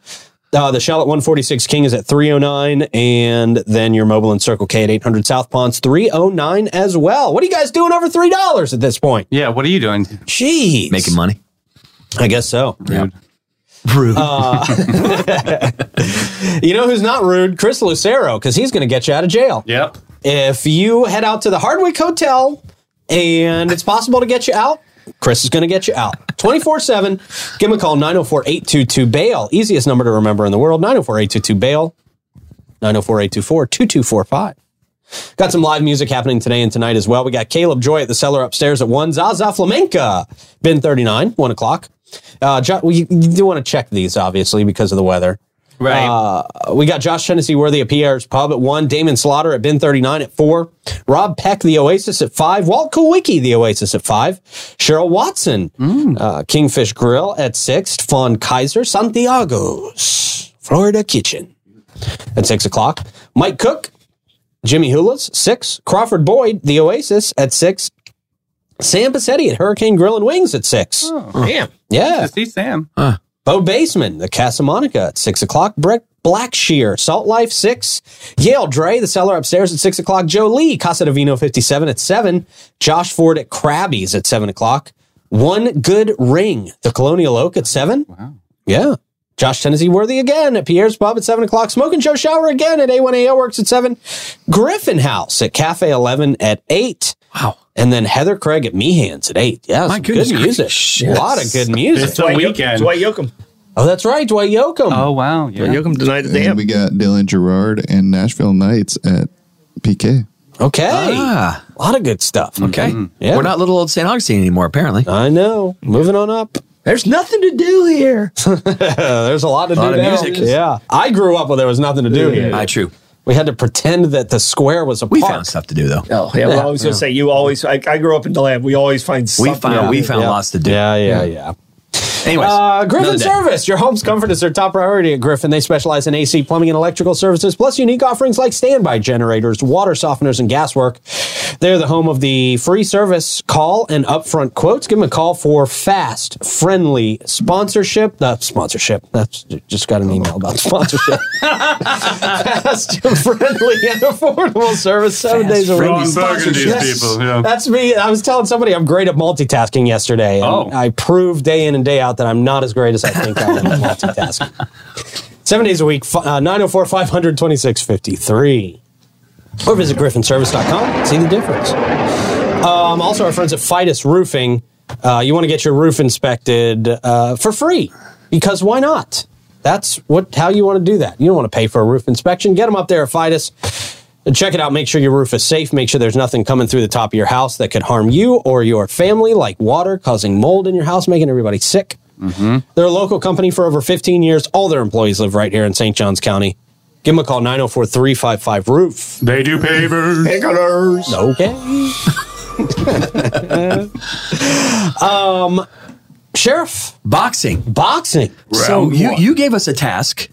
Speaker 2: Uh, the Shell at 146 King is at 309, and then your mobile and Circle K at 800 South Ponds 309 as well. What are you guys doing over three dollars at this point?
Speaker 3: Yeah, what are you doing?
Speaker 2: Jeez,
Speaker 1: Making money.
Speaker 2: I guess so. Uh,
Speaker 3: Dude?
Speaker 1: Rude.
Speaker 2: <laughs> You know who's not rude? Chris Lucero, because he's going to get you out of jail.
Speaker 3: Yep.
Speaker 2: If you head out to the Hardwick Hotel and it's possible to get you out, Chris is going to get you out 24 7. Give him a call 904 822 bail. Easiest number to remember in the world 904 822 bail. 904 824 2245. Got some live music happening today and tonight as well. We got Caleb Joy at the cellar upstairs at 1, Zaza Flamenca, Ben 39, 1 o'clock. Uh, Jo- well, you, you do want to check these, obviously, because of the weather.
Speaker 3: Right.
Speaker 2: Uh, we got Josh Tennessee Worthy at PR's Pub at 1, Damon Slaughter at Bin 39 at 4, Rob Peck, The Oasis at 5, Walt Kowicki, The Oasis at 5, Cheryl Watson,
Speaker 3: Mm.
Speaker 2: uh, Kingfish Grill at 6, Fawn Kaiser, Santiago's, Florida Kitchen at 6 o'clock, Mike Cook, Jimmy Hula's, 6, Crawford Boyd, The Oasis at 6, Sam Bassetti at Hurricane Grill and Wings at 6.
Speaker 3: Oh, Damn.
Speaker 2: Yeah.
Speaker 3: To see Sam.
Speaker 2: Bo Baseman, the Casa Monica at six o'clock. Brett Blackshear, Salt Life six. Yale Dre, the cellar upstairs at six o'clock. Joe Lee, Casa de Vino 57 at seven. Josh Ford at Krabby's at seven o'clock. One Good Ring, the Colonial Oak at seven. Wow. Yeah. Josh Tennessee Worthy again at Pierre's Pub at 7 o'clock. Smoke and Joe Shower again at A1AO Works at 7. Griffin House at Cafe 11 at 8.
Speaker 1: wow.
Speaker 2: And then Heather Craig at Meehan's at 8. Yeah, some good
Speaker 1: goodness
Speaker 2: music. A lot of good music.
Speaker 3: It's a weekend.
Speaker 5: Dwight Yoakam.
Speaker 2: Oh, that's right. Dwight Yoakam.
Speaker 3: Oh, wow.
Speaker 5: Dwight
Speaker 3: Yeah.
Speaker 5: Yoakam tonight at the
Speaker 7: And
Speaker 5: amp.
Speaker 7: we got Dylan Gerard and Nashville Knights at PK.
Speaker 2: Okay.
Speaker 1: Ah.
Speaker 2: A lot of good stuff.
Speaker 1: Okay.
Speaker 2: Mm. Yeah. Oh,
Speaker 1: We're not little old St. Augustine anymore, apparently.
Speaker 2: I know. Moving on up.
Speaker 1: There's nothing to do here.
Speaker 2: Uh, <laughs> there's a lot to do
Speaker 1: lot of
Speaker 2: now.
Speaker 1: music.
Speaker 2: Yeah. I grew up where there was nothing to do here.
Speaker 1: Ah, true.
Speaker 2: We had to pretend that the square was a
Speaker 1: We
Speaker 2: park.
Speaker 1: found stuff to do, though.
Speaker 5: Oh, yeah. Well, I was going to say, you always, I, I grew up in Deland. We always find
Speaker 1: We
Speaker 5: something.
Speaker 1: found we found
Speaker 2: yeah.
Speaker 1: lots to do.
Speaker 2: Yeah, yeah, yeah.
Speaker 1: Anyways,
Speaker 2: Uh, Griffin
Speaker 1: another day.
Speaker 2: Service. Your home's comfort is their top priority at Griffin. They specialize in AC, plumbing, and electrical services, plus unique offerings like standby generators, water softeners, and gas work. They're the home of the free service call and upfront quotes. Give them a call for fast, friendly sponsorship. Uh, sponsorship. That's just got an email about sponsorship. fast, friendly, and affordable service seven days a week.
Speaker 9: Ron Burgundy's
Speaker 2: Yes.
Speaker 9: people. Yeah.
Speaker 2: That's me. I was telling somebody I'm great at multitasking yesterday. And
Speaker 3: Oh.
Speaker 2: I prove day in and day out that I'm not as great as I think I am at multitasking. Seven days a week, fi- uh, 904 500 2653. Or visit griffinservice.com. See the difference. Um, also, our friends at Fidus Roofing. Uh, you want to get your roof inspected uh, for free because why not? That's what how you want to do that. You don't want to pay for a roof inspection. Get them up there at Fidus. And check it out. Make sure your roof is safe. Make sure there's nothing coming through the top of your house that could harm you or your family, like water causing mold in your house, making everybody sick. They're a local company for over 15 years. All their employees live right here in St. Johns County. Give them a call 904 355 Roof.
Speaker 9: They do pavers.
Speaker 5: Picklers.
Speaker 2: Okay. um, Sheriff,
Speaker 1: Boxing.
Speaker 2: boxing.
Speaker 1: So you you gave us a task,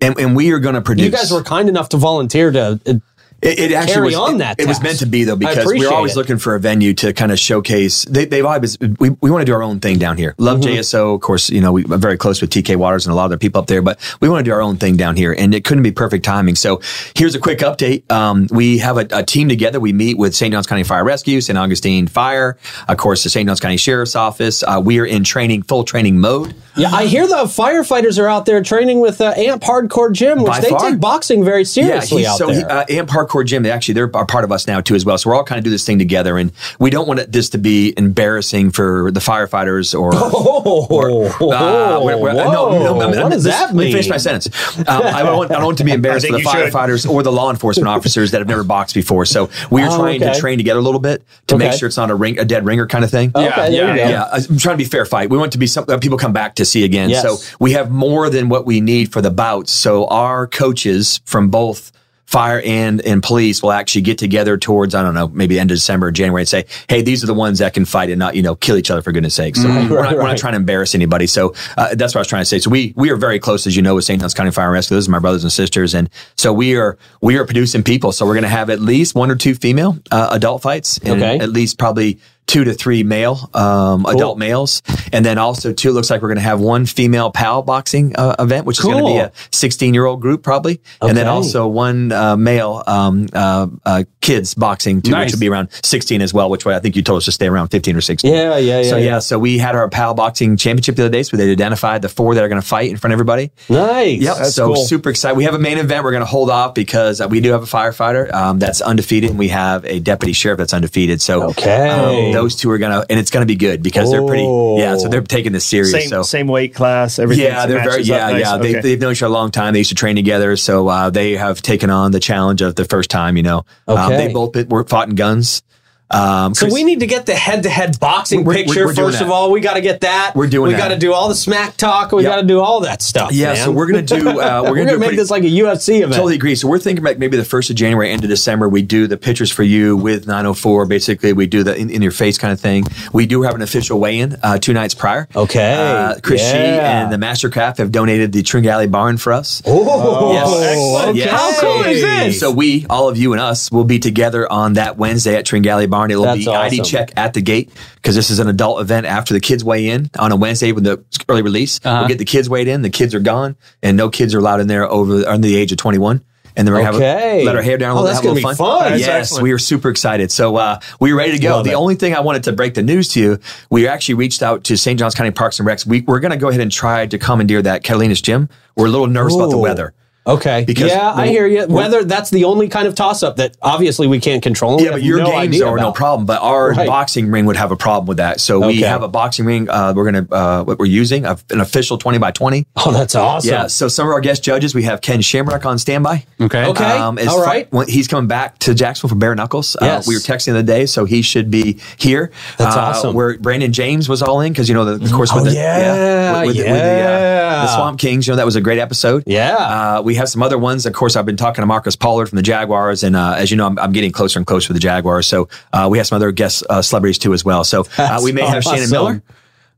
Speaker 1: and, and we are going to produce.
Speaker 2: You guys were kind enough to volunteer to. uh,
Speaker 1: It, it actually
Speaker 2: Carry
Speaker 1: was,
Speaker 2: on
Speaker 1: it-
Speaker 2: that
Speaker 1: It, was
Speaker 2: task.
Speaker 1: meant to be though
Speaker 2: I
Speaker 1: because we
Speaker 2: appreciate
Speaker 1: we're always
Speaker 2: it.
Speaker 1: looking for a venue to kind of showcase. They, they vibe is we, we want to do our own thing down here. Love
Speaker 2: Mm-hmm.
Speaker 1: JSO, of course. You know we, I'm very close with TK Waters and a lot of the people up there, but we want to do our own thing down here, and it couldn't be perfect timing. So here's a quick update. Um, we have a, a team together. We meet with St. Johns County Fire Rescue, St. Augustine Fire, of course, the St. Johns County Sheriff's Office. Uh, we are in training, full training mode.
Speaker 2: Yeah, I hear the firefighters are out there training with uh, Amp Hardcore Gym, which
Speaker 1: By
Speaker 2: they
Speaker 1: far.
Speaker 2: take boxing very seriously
Speaker 1: he's-
Speaker 2: out
Speaker 1: so
Speaker 2: there.
Speaker 1: he- uh, Amp Hardcore Gym, they actually, they're a part of us now too as well. So we're all kind of do this thing together, and we don't want it, this to be embarrassing for the firefighters or.
Speaker 2: <laughs> <laughs> oh,
Speaker 1: Ah, we're- we're-
Speaker 2: whoa, what does
Speaker 1: this-
Speaker 2: that
Speaker 1: Let me
Speaker 2: mean?
Speaker 1: finish my sentence. Um, I, don't want, I don't want to
Speaker 2: <laughs>
Speaker 1: be embarrassed for the firefighters or the law enforcement officers that have never boxed before. So we are
Speaker 2: Oh,
Speaker 1: trying
Speaker 2: okay.
Speaker 1: to train together a little bit to make
Speaker 2: Okay. Oh,
Speaker 1: sure it's not a ring, a dead ringer kind of thing.
Speaker 2: Okay, there you go.
Speaker 1: Yeah, uh, I'm trying to be fair fight. We want it to be something that people come back to see again.
Speaker 2: Yes.
Speaker 1: So we have more than what we need for the bouts. So our coaches from both fire and and police will actually get together towards I don't know maybe end of December or January and say, hey, these are the ones that can fight and not you know kill each other for goodness sake. So we're, not, we're not trying to embarrass anybody. So uh, that's what I was trying to say. So we we are very close as you know with St. John's County Fire and Rescue. Those are my brothers and sisters, and so we are we are producing people. So we're going to have at least one or two female uh, adult fights and
Speaker 2: Okay.
Speaker 1: at least probably two to three male um, adult males and then also too it looks like we're going to have one female pal boxing uh, event which is going to be
Speaker 2: Cool.
Speaker 1: a 16 year old group probably and then
Speaker 2: Okay.
Speaker 1: also one uh, male um, uh, uh, kids boxing too
Speaker 3: Nice.
Speaker 1: which will be around 16 as well which way i think you told us to stay around 15 or 16
Speaker 2: Yeah, yeah, yeah,
Speaker 1: so yeah,
Speaker 2: yeah.
Speaker 1: so we had our pal boxing championship the other day so they identified the four that are going to fight in front of everybody
Speaker 2: Nice.
Speaker 1: Yep. so super excited. We have a main event. We're going to hold off because uh, we do have a firefighter um, that's undefeated, and we have a deputy sheriff that's undefeated. So
Speaker 2: Okay.
Speaker 1: um, those two are going to, and it's going to be good because they're pretty. Yeah. So they're taking this serious.
Speaker 5: Same
Speaker 1: so
Speaker 5: same weight class. Everything.
Speaker 1: yeah, they're very.
Speaker 5: matches
Speaker 1: Yeah,
Speaker 5: up nice.
Speaker 1: yeah. They,
Speaker 5: Okay.
Speaker 1: They've known each other a long time. They used to train together, so uh, they have taken on the challenge of the first time. You know, um,
Speaker 2: Okay.
Speaker 1: they both been, were fought in guns. Um,
Speaker 2: So
Speaker 1: Chris-
Speaker 2: we need to get the head-to-head boxing
Speaker 1: We're- we're-
Speaker 2: picture
Speaker 1: we're doing
Speaker 2: first of
Speaker 1: that.
Speaker 2: all. We got to get that.
Speaker 1: We're doing
Speaker 2: We
Speaker 1: that.
Speaker 2: got to do all the smack talk. We
Speaker 1: Yep.
Speaker 2: got to do all that stuff.
Speaker 1: yeah, so
Speaker 2: man.
Speaker 1: we're gonna <laughs> do. Uh, we're
Speaker 2: We're
Speaker 1: gonna, do
Speaker 2: gonna
Speaker 1: a
Speaker 2: make
Speaker 1: pretty-
Speaker 2: this like a UFC event.
Speaker 1: Totally agree. So we're thinking about maybe the first of January, end of December, we do the pictures for you with 904. Basically, we do the in, in your face kind of thing. We do have an official weigh-in uh, two nights prior.
Speaker 2: Okay.
Speaker 1: Uh, Chris Shee
Speaker 2: Yeah.
Speaker 1: and the Mastercraft have donated the Tring Alley barn for us.
Speaker 2: Oh,
Speaker 1: Yes.
Speaker 2: okay.
Speaker 1: Yes.
Speaker 2: How cool is this?
Speaker 1: So we, all of you and us, will be together on that Wednesday at Tringalley Barn. It'll
Speaker 2: That's
Speaker 1: be ID
Speaker 2: awesome.
Speaker 1: check at the gate because this is an adult event after the kids weigh in on a Wednesday with the early release.
Speaker 2: Uh-huh.
Speaker 1: We'll get the kids weighed in. The kids are gone, and no kids are allowed in there over under the age of twenty one. And then we're gonna have
Speaker 2: Okay.
Speaker 1: a, let our hair down a
Speaker 2: Oh,
Speaker 1: little,
Speaker 2: that's
Speaker 1: have a little
Speaker 2: gonna be
Speaker 1: fun.
Speaker 2: fun. That's
Speaker 1: Yes,
Speaker 2: excellent.
Speaker 1: we are super excited. So uh, we're ready to go.
Speaker 2: Love
Speaker 1: the
Speaker 2: it.
Speaker 1: only thing I wanted to break the news to you, we actually reached out to St. Johns County Parks and Recs. We, we're going to go ahead and try to commandeer that Catalina's gym. We're a little nervous about the
Speaker 2: Ooh.
Speaker 1: weather.
Speaker 2: Okay.
Speaker 1: Because
Speaker 2: yeah, I
Speaker 1: the-
Speaker 2: hear you. Whether that's the only kind of toss up that obviously we can't control.
Speaker 1: Yeah, but your games are no problem. But our
Speaker 2: Right.
Speaker 1: boxing ring would have a problem with that. So we
Speaker 2: Okay.
Speaker 1: have a boxing ring. Uh, we're gonna uh, what we're using a, an official twenty by twenty.
Speaker 2: Oh, that's awesome.
Speaker 1: Yeah. So some of our guest judges, we have Ken Shamrock on standby.
Speaker 3: Okay.
Speaker 2: Okay.
Speaker 1: as
Speaker 2: All
Speaker 1: far-
Speaker 2: right.
Speaker 1: when- he's coming back to Jacksonville for Bare Knuckles. Uh,
Speaker 2: Yes.
Speaker 1: we were texting the other day, so he should be here.
Speaker 2: That's
Speaker 1: Uh,
Speaker 2: awesome.
Speaker 1: Where Brandon James was all in because you know the, of course with
Speaker 2: Oh,
Speaker 1: the
Speaker 2: yeah,
Speaker 1: with, with the, with the, uh,
Speaker 2: yeah.
Speaker 1: the Swamp Kings. You know that was a great episode.
Speaker 2: Yeah.
Speaker 1: Uh, we have some other ones. Of course, I've been talking to Marcus Pollard from the Jaguars, and uh, as you know, I'm, I'm getting closer and closer to the Jaguars. So uh, we have some other guest uh, celebrities too as well.
Speaker 5: <laughs>
Speaker 1: So uh,
Speaker 2: That's
Speaker 1: we may have Shannon
Speaker 2: awesome.
Speaker 1: Miller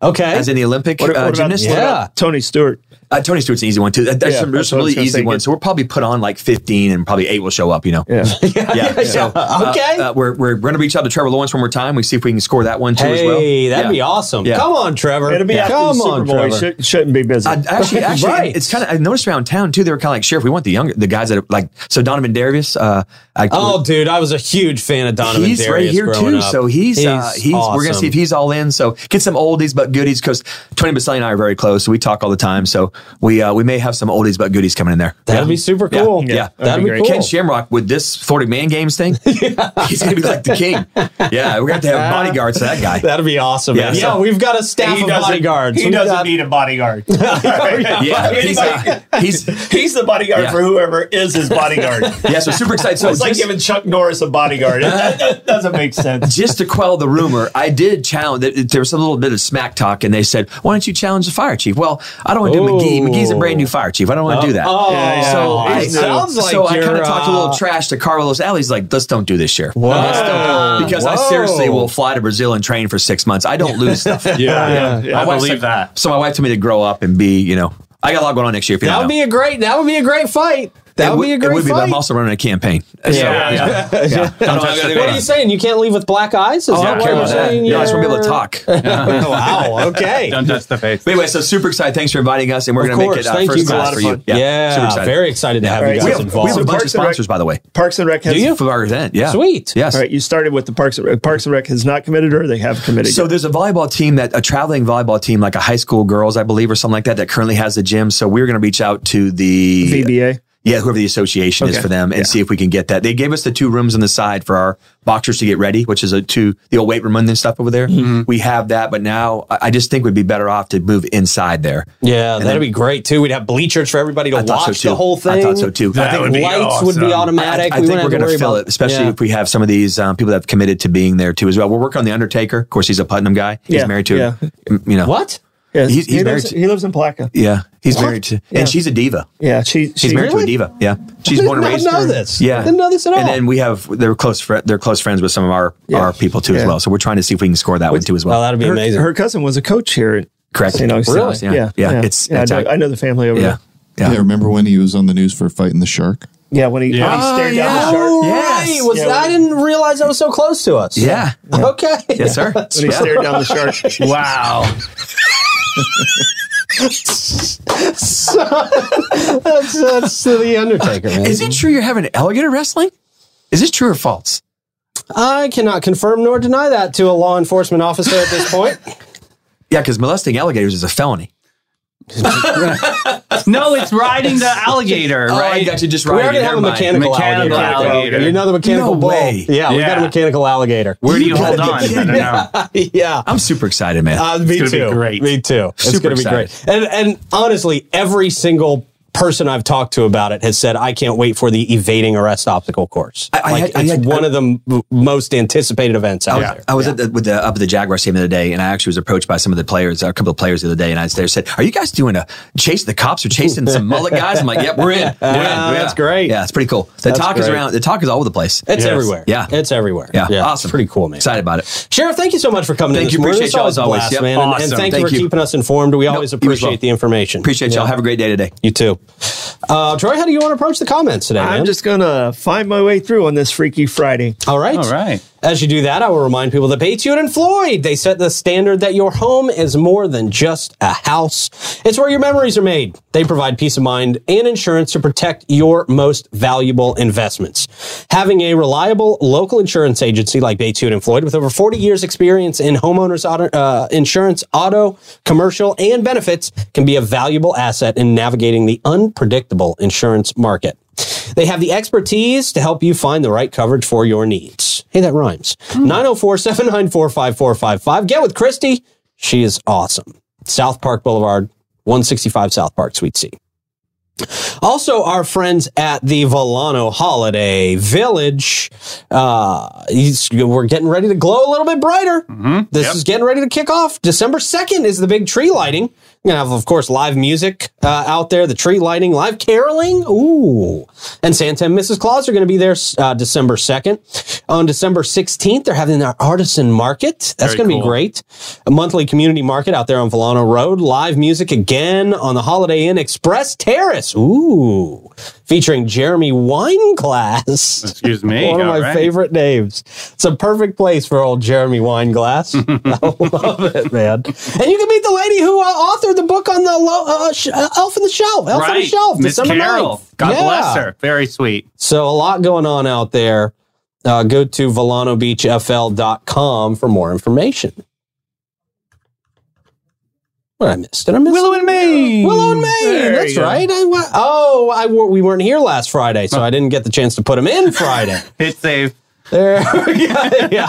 Speaker 2: Okay. <laughs>
Speaker 1: as in the Olympic
Speaker 5: What,
Speaker 1: uh,
Speaker 5: what about,
Speaker 1: gymnast.
Speaker 5: what about
Speaker 2: Yeah.
Speaker 5: Tony Stewart?
Speaker 1: Uh, Tony Stewart's an easy one too. That- There's
Speaker 5: Yeah,
Speaker 1: some,
Speaker 5: that's
Speaker 1: there's some
Speaker 5: what I was
Speaker 1: really
Speaker 5: gonna
Speaker 1: easy
Speaker 5: say.
Speaker 1: ones. So we'll probably put on like 15, and probably eight will show up. You know.
Speaker 5: Yeah.
Speaker 1: <laughs> Yeah.
Speaker 5: <laughs>
Speaker 1: So, uh,
Speaker 2: <laughs> okay.
Speaker 1: uh, we're we're going to reach out to Trevor Lawrence one more time. We see if we can score that one too as well.
Speaker 2: hey, that'd
Speaker 1: Yeah.
Speaker 2: be awesome.
Speaker 1: Yeah.
Speaker 2: Come on, Trevor.
Speaker 5: It'll be after
Speaker 2: Come
Speaker 5: the Super
Speaker 2: on,
Speaker 5: Bowl. He
Speaker 2: Trevor.
Speaker 5: should, shouldn't be busy.
Speaker 1: I,
Speaker 5: <laughs>
Speaker 1: actually, actually,
Speaker 2: Right.
Speaker 1: it's kind of. I noticed around town too. They were kind of like, "Sheriff, we want the younger, the guys that are like." So Donovan Darius, uh, I,
Speaker 2: Oh, dude, I was a huge fan of Donovan
Speaker 1: he's
Speaker 2: Darius
Speaker 1: right here
Speaker 2: growing
Speaker 1: too.
Speaker 2: up.
Speaker 1: So he's uh, he's we're gonna see if
Speaker 2: awesome.
Speaker 1: he's all in. So get some oldies but goodies because Tony Baselli and I are very close. So we talk all the time. So we uh, we may have some oldies but goodies coming in there.
Speaker 2: that'd be super cool.
Speaker 1: Yeah.
Speaker 5: That'd
Speaker 2: that'd be,
Speaker 5: be great.
Speaker 2: cool.
Speaker 1: Ken Shamrock with this Florida Man Games
Speaker 2: <laughs>
Speaker 1: thing, he's gonna be like the king. Yeah, we're gonna have to have bodyguards for that
Speaker 2: <laughs>
Speaker 1: guy.
Speaker 2: That'd be awesome.
Speaker 1: Yeah,
Speaker 2: man. Yeah,
Speaker 1: so-
Speaker 2: we've got a staff of bodyguards.
Speaker 9: He
Speaker 2: We've
Speaker 9: doesn't
Speaker 2: got-
Speaker 9: need a
Speaker 1: <laughs>
Speaker 9: bodyguard.
Speaker 1: Yeah, he's, uh,
Speaker 2: <laughs>
Speaker 1: he's
Speaker 9: He's the bodyguard
Speaker 1: Yeah.
Speaker 9: for whoever is his
Speaker 1: <laughs>
Speaker 9: bodyguard. It's
Speaker 1: yeah. So super excited. So
Speaker 9: like
Speaker 1: just,
Speaker 9: giving Chuck Norris a bodyguard. That, that doesn't make
Speaker 1: <laughs>
Speaker 9: sense.
Speaker 1: just to quell the rumor, I did challenge. There was a little bit of smack talk, and they said, "Why don't you challenge the fire chief?" Well, I don't want to do McGee. McGee's a brand new fire chief. I don't want to do that.
Speaker 2: Oh,
Speaker 5: yeah.
Speaker 1: So
Speaker 5: Oh,
Speaker 1: I,
Speaker 5: it sounds
Speaker 1: so
Speaker 2: like
Speaker 1: I kind
Speaker 2: you're,
Speaker 1: of talked a little
Speaker 2: uh,
Speaker 1: trash to Carlos Alley's like, let's don't do this year. Let's don't- because I
Speaker 2: Whoa.
Speaker 1: seriously will fly to Brazil and train for six months. I don't lose
Speaker 2: <laughs>
Speaker 1: stuff.
Speaker 5: yeah,
Speaker 3: I
Speaker 1: wife's
Speaker 3: believe
Speaker 1: like-
Speaker 3: that.
Speaker 1: So my wife told me to grow up and be, you know, I got a lot going on next year. If you
Speaker 2: that
Speaker 1: don't
Speaker 2: would
Speaker 1: know.
Speaker 2: be a great. That would be a great fight. That
Speaker 1: It
Speaker 2: would,
Speaker 1: would-
Speaker 2: be a
Speaker 1: it
Speaker 2: great
Speaker 1: would be, but
Speaker 2: fight.
Speaker 1: I'm also running a campaign.
Speaker 2: Yeah.
Speaker 3: yeah.
Speaker 1: Don't touch
Speaker 8: I'm
Speaker 1: the
Speaker 8: gonna-
Speaker 2: what are you
Speaker 1: thing.
Speaker 2: saying? You can't leave with black eyes? Is
Speaker 1: I
Speaker 2: that
Speaker 1: don't
Speaker 2: why
Speaker 1: care
Speaker 2: you're
Speaker 1: about that.
Speaker 2: saying?
Speaker 1: Yeah, I just want to be able to
Speaker 2: you're-
Speaker 1: talk.
Speaker 2: <laughs> wow. Okay.
Speaker 3: Don't touch the face.
Speaker 1: But anyway, so super excited. Thanks for inviting us, and we're going
Speaker 2: Of
Speaker 1: to make
Speaker 2: course.
Speaker 1: it uh,
Speaker 2: Thank
Speaker 1: first
Speaker 2: you.
Speaker 1: class
Speaker 2: It's a lot
Speaker 1: for
Speaker 2: of
Speaker 1: you.
Speaker 2: fun. Yeah.
Speaker 1: super excited.
Speaker 2: very excited to have you
Speaker 5: All right.
Speaker 2: guys
Speaker 1: We have, we
Speaker 2: involved.
Speaker 1: have a bunch of
Speaker 5: Parks and Rec-
Speaker 1: sponsors, by the way.
Speaker 5: Parks and Rec has.
Speaker 2: Do you?
Speaker 1: For our event, yeah.
Speaker 2: Sweet.
Speaker 1: Yes.
Speaker 5: All right, you started with the Parks and Rec. Parks and Rec has not committed, or they have committed.
Speaker 1: So
Speaker 5: yet.
Speaker 1: there's a volleyball team that a traveling volleyball team, like a high school girls, I believe, or something like that, that currently has a gym. So we're going to reach out to the
Speaker 5: VBA.
Speaker 1: yeah, whoever the association is
Speaker 5: Okay.
Speaker 1: for them, and see if we can get that. They gave us the two rooms on the side for our boxers to get ready, which is a two the old weight room and then stuff over there. We have that, but now I I just think we'd be better off to move inside there.
Speaker 2: Yeah, that'd be great too. We'd have bleachers for everybody to
Speaker 1: I thought so,
Speaker 2: watch
Speaker 1: too.
Speaker 2: the whole thing.
Speaker 1: I thought so, too. That
Speaker 2: I
Speaker 9: would be
Speaker 2: think lights would be
Speaker 9: awesome.
Speaker 2: automatic.
Speaker 1: I, I
Speaker 2: We
Speaker 1: think we're
Speaker 2: wouldn't have to
Speaker 1: going to
Speaker 2: worry
Speaker 1: fill
Speaker 2: about-
Speaker 1: it, especially
Speaker 2: Yeah.
Speaker 1: if we have some of these um, people that have committed to being there too as well. We're working on the Undertaker. Of course, he's a Putnam guy. He's
Speaker 5: Yeah,
Speaker 1: married to,
Speaker 5: yeah.
Speaker 1: m- you know,
Speaker 2: what?
Speaker 5: Yeah,
Speaker 1: he's- he's
Speaker 5: he, lives,
Speaker 1: married to-
Speaker 5: he lives in Placa.
Speaker 1: Yeah, he's married to,
Speaker 5: Yeah.
Speaker 1: and she's a diva.
Speaker 5: Yeah, she,
Speaker 1: She's
Speaker 5: she-
Speaker 1: married to a diva. Yeah, she's
Speaker 2: did
Speaker 1: born and
Speaker 2: not
Speaker 1: raised.
Speaker 2: know this.
Speaker 1: Yeah,
Speaker 2: I didn't know this at all.
Speaker 1: And then we have they're close fri they're close friends with some of our our people too as
Speaker 5: Yeah.
Speaker 1: well. So we're trying to see if we can score that one too as well.
Speaker 2: Oh, that'd be
Speaker 5: her,
Speaker 2: amazing.
Speaker 5: her cousin was a coach here at
Speaker 1: Correct.
Speaker 5: St. Augustine.
Speaker 1: Really? Yeah.
Speaker 5: Yeah. Yeah.
Speaker 1: Yeah, it's-
Speaker 5: Yeah,
Speaker 1: it's
Speaker 5: I, know,
Speaker 1: a-
Speaker 5: I know the family over
Speaker 1: yeah,
Speaker 5: there.
Speaker 1: yeah.
Speaker 7: Yeah, remember when he was on the news for fighting
Speaker 2: <laughs>
Speaker 7: the shark?
Speaker 5: Yeah, when he, when he stared down the shark.
Speaker 2: Oh, right. Was
Speaker 5: Yeah,
Speaker 2: that- I
Speaker 5: we-
Speaker 2: didn't realize that was so close to us.
Speaker 1: Yeah.
Speaker 2: <laughs> Okay.
Speaker 1: Yes, sir.
Speaker 5: When
Speaker 1: <laughs>
Speaker 5: he stared down the shark.
Speaker 3: Wow.
Speaker 2: that's, that's the Undertaker, man.
Speaker 1: Is it true you're having alligator wrestling? Is this true or false?
Speaker 2: I cannot confirm nor deny that to a law enforcement officer at this
Speaker 3: <laughs>
Speaker 2: point.
Speaker 1: Yeah, because molesting alligators is a felony.
Speaker 3: No, it's riding the alligator, right?
Speaker 1: you just
Speaker 2: we already have a mechanical,
Speaker 3: Mechanical
Speaker 2: alligator.
Speaker 3: alligator.
Speaker 2: You know the mechanical
Speaker 1: No
Speaker 2: bull.
Speaker 1: way.
Speaker 2: Yeah, we
Speaker 3: Yeah.
Speaker 2: got a mechanical alligator.
Speaker 3: Where do you,
Speaker 1: gotta
Speaker 3: hold
Speaker 1: be
Speaker 2: <laughs>
Speaker 3: on? I
Speaker 1: kidding
Speaker 3: <laughs> don't know.
Speaker 2: yeah.
Speaker 1: I'm super excited, man.
Speaker 2: Uh, me
Speaker 3: gonna be
Speaker 2: too.
Speaker 3: great.
Speaker 2: Me too. It's
Speaker 1: Super
Speaker 2: going to be great. And and honestly, every single person I've talked to about it has said, "I can't wait for the evading arrest obstacle course."
Speaker 1: I
Speaker 2: like
Speaker 1: had- I
Speaker 2: it's
Speaker 1: had-
Speaker 2: one of the m- most anticipated events out there.
Speaker 1: I was at the, with the up at the Jaguars team the other day, and I actually was approached by some of the players, a couple of players the other day, and I was there said, "Are you guys doing a chase? The cops are chasing some mullet guys." I'm like, "Yep, we're in.
Speaker 2: <laughs>
Speaker 1: We're in. Yeah.
Speaker 2: that's great.
Speaker 1: Yeah, it's pretty cool. The talk is
Speaker 2: great.
Speaker 1: around. The talk is all over the place.
Speaker 2: It's everywhere.
Speaker 1: Yeah.
Speaker 2: it's everywhere.
Speaker 1: yeah, awesome.
Speaker 2: Pretty cool, man.
Speaker 1: Excited about it.
Speaker 2: Sheriff, thank you so much for coming.
Speaker 1: Thank
Speaker 2: in
Speaker 1: you.
Speaker 2: this morning.
Speaker 1: Appreciate
Speaker 2: It's
Speaker 1: y'all
Speaker 2: always
Speaker 1: as always.
Speaker 2: a blast,
Speaker 1: Yep.
Speaker 2: man. And- And,
Speaker 1: Awesome.
Speaker 2: thank, you
Speaker 1: Thank
Speaker 2: for
Speaker 1: you.
Speaker 2: keeping us informed. We
Speaker 1: as
Speaker 2: always
Speaker 1: well.
Speaker 2: appreciate the information.
Speaker 1: Appreciate y'all. Have a great day today.
Speaker 2: You too. Uh, Troy, how do you want to approach the comments today?
Speaker 5: I'm
Speaker 2: man?
Speaker 5: just going to find my way through on this Freaky Friday.
Speaker 2: All right.
Speaker 3: All right.
Speaker 2: As you do that, I will remind people that Patriot and Floyd, they set the standard that your home is more than just a house. It's where your memories are made. They provide peace of mind and insurance to protect your most valuable investments. Having a reliable local insurance agency like Patriot and Floyd with over 40 years experience in homeowners auto, uh, insurance, auto, commercial, and benefits can be a valuable asset in navigating the unpredictable insurance market. They have the expertise to help you find the right coverage for your needs. Hey, that rhymes. 904 794 5455. Get with Christy. She is awesome. South Park Boulevard, 165 South Park, Suite C. Also, our friends at the Volano Holiday Village. Uh, he's- we're getting ready to glow a little bit brighter.
Speaker 3: Mm-hmm.
Speaker 2: This is getting ready to kick off. December 2nd is the big tree lighting. We're going to have, of course, live music uh, out there, the tree lighting, live caroling. Ooh. And Santa and Mrs. Claus are going to be there uh, December 2nd. On December 16th, they're having their artisan market. That's
Speaker 3: Very
Speaker 2: going to be
Speaker 3: cool.
Speaker 2: great great. A monthly community market out there on Volano Road. Live music again on the Holiday Inn Express Terrace. Ooh, featuring Jeremy Wineglass.
Speaker 3: Excuse me.
Speaker 2: One of
Speaker 3: All
Speaker 2: my
Speaker 3: right.
Speaker 2: favorite names. It's a perfect place for old Jeremy
Speaker 3: <laughs>
Speaker 2: Wineglass. I love it, man. And you can meet the lady who uh, authored the book on the lo- uh, sh- uh, Elf on the Shelf. Elf on the
Speaker 3: Right.
Speaker 2: Shelf.
Speaker 3: Miss
Speaker 2: December
Speaker 3: Carol.
Speaker 2: 9th.
Speaker 3: God
Speaker 2: Yeah.
Speaker 3: bless her. Very sweet.
Speaker 2: So a lot going on out there. Uh, go to volanobeachfl.com for more information. What I missed? Did I miss Willow and May. Willow and May. That's right. I wa- oh, I wa- we weren't here last Friday, so I didn't get the chance to put them <laughs> in Friday.
Speaker 3: Hit save.
Speaker 2: there, yeah, <laughs> yeah.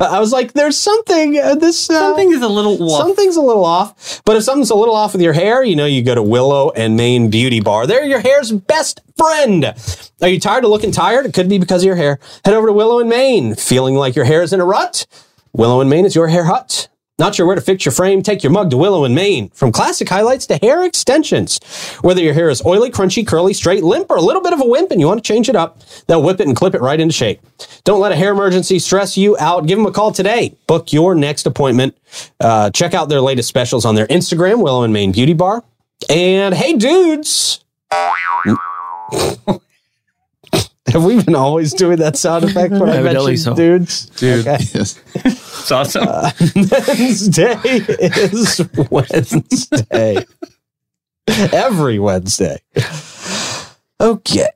Speaker 2: I was like, there's something. Uh, this uh,
Speaker 3: Something is a little woof.
Speaker 2: Something's a little off, but if something's a little off with your hair, you know you go to Willow and Maine Beauty Bar. They're your hair's best friend. Are you tired of looking tired? It could be because of your hair. Head over to Willow and Maine. Feeling like your hair is in a rut? Willow and Maine is your hair hut. Not sure where to fix your frame? Take your mug to Willow and Maine. From classic highlights to hair extensions. Whether your hair is oily, crunchy, curly, straight, limp, or a little bit of a wimp and you want to change it up, they'll whip it and clip it right into shape. Don't let a hair emergency stress you out. Give them a call today. Book your next appointment. Uh, check out their latest specials on their Instagram, Willow and Maine Beauty Bar. And hey, dudes. <laughs> Have we been always doing that sound effect when I
Speaker 10: Evidently
Speaker 2: mentioned
Speaker 10: so.
Speaker 2: dudes?
Speaker 10: Dude.
Speaker 7: Yes.
Speaker 3: It's awesome.
Speaker 2: Wednesday is Wednesday. Every Wednesday. Okay.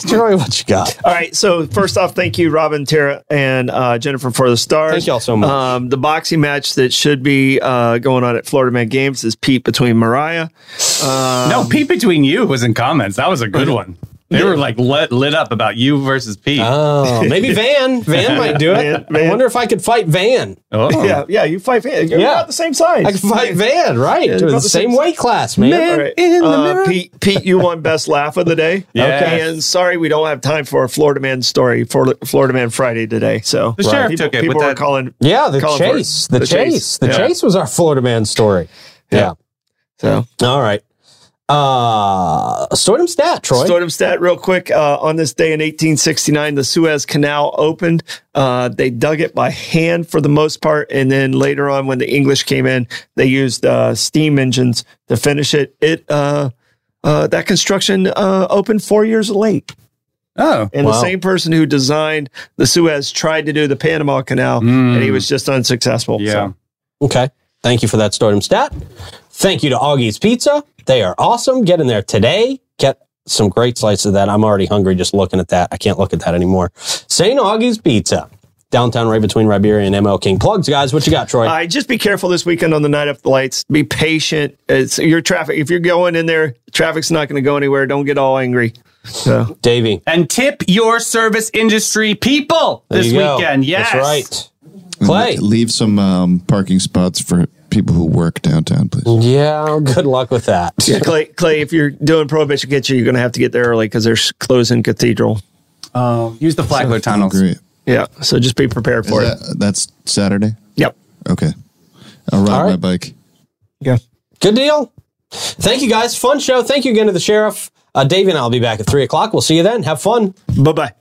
Speaker 2: Troy, what you got?
Speaker 5: All right. So first off, thank you, Robin, Tara, and uh, Jennifer for the stars.
Speaker 2: Thank y'all so much.
Speaker 5: Um, the boxing match that should be uh, going on at Florida Man Games is Pete between Mariah.
Speaker 3: no, Pete between you was in comments. That was a good one. They were like lit, lit up about you versus Pete.
Speaker 2: Oh, maybe Van. <laughs> Van might do it.
Speaker 5: Van- Van.
Speaker 2: I wonder if I could fight Van.
Speaker 3: oh.
Speaker 5: <laughs> Yeah, yeah. You fight Van. You're
Speaker 2: Yeah.
Speaker 5: about the same size.
Speaker 2: I could fight Van, right?
Speaker 5: Yeah,
Speaker 2: We're
Speaker 5: about
Speaker 2: the
Speaker 5: the
Speaker 2: same
Speaker 5: same-
Speaker 2: weight class, man.
Speaker 5: All right. Uh, Pete, Pete, you won best laugh of the day.
Speaker 3: <laughs> Yes.
Speaker 5: And sorry, we don't have time for a Florida Man story for Florida Man Friday today. So
Speaker 3: The sheriff
Speaker 5: people,
Speaker 3: took it with
Speaker 5: People were
Speaker 3: that-
Speaker 5: calling.
Speaker 2: Yeah, the
Speaker 5: Colin Firth.
Speaker 2: chase. The,
Speaker 5: The
Speaker 2: chase.
Speaker 5: Chase.
Speaker 2: The
Speaker 5: Yeah.
Speaker 2: chase was our Florida man story. Yeah.
Speaker 5: Yeah. So
Speaker 2: All right. Uh Stordom stat, Troy.
Speaker 5: Stardom stat real quick. Uh, on this day in 1869, the Suez Canal opened. Uh, they dug it by hand for the most part. And then later on, when the English came in, they used uh, steam engines to finish it. It uh, uh, That construction uh, opened four years late.
Speaker 3: Oh.
Speaker 5: And
Speaker 2: Wow.
Speaker 5: the same person who designed the Suez tried to do the Panama Canal, and he was just unsuccessful.
Speaker 3: Yeah.
Speaker 5: So,
Speaker 2: Okay. Thank you for that Stardom stat. Thank you to Augie's Pizza. They are awesome. Get in there today. Get some great slices of that. I'm already hungry just looking at that. I can't look at that anymore. St. Augie's Pizza. Downtown right between Riberia and ML King. Plugs, guys. What you got, Troy?
Speaker 3: Uh,
Speaker 5: I just be careful this weekend on the night of lights. Be patient. It's your traffic. If you're going in there, traffic's not going to go anywhere. Don't get all angry. So.
Speaker 2: Davey.
Speaker 3: And tip your service industry people
Speaker 2: There
Speaker 3: this
Speaker 2: you go.
Speaker 3: weekend. Yes.
Speaker 2: That's right. Clay.
Speaker 7: Leave some um, parking spots for people who work downtown, please.
Speaker 2: Yeah, good luck with that.
Speaker 5: Yeah, Clay, Clay, if you're doing Prohibition Kitchen, you're going to have to get there early because they're s- closing Cathedral.
Speaker 3: Oh, use the flagler tunnels.
Speaker 7: Great. Is
Speaker 5: Yeah, so just be prepared for it.
Speaker 7: that- that's Saturday.
Speaker 5: Yep.
Speaker 7: Okay. I'll ride
Speaker 2: All right.
Speaker 7: my bike.
Speaker 2: Good deal. Thank you, guys. Fun show. Thank you again to the sheriff. Uh, Davey and I will be back at 3 o'clock. We'll see you then. Have fun.
Speaker 5: Bye bye.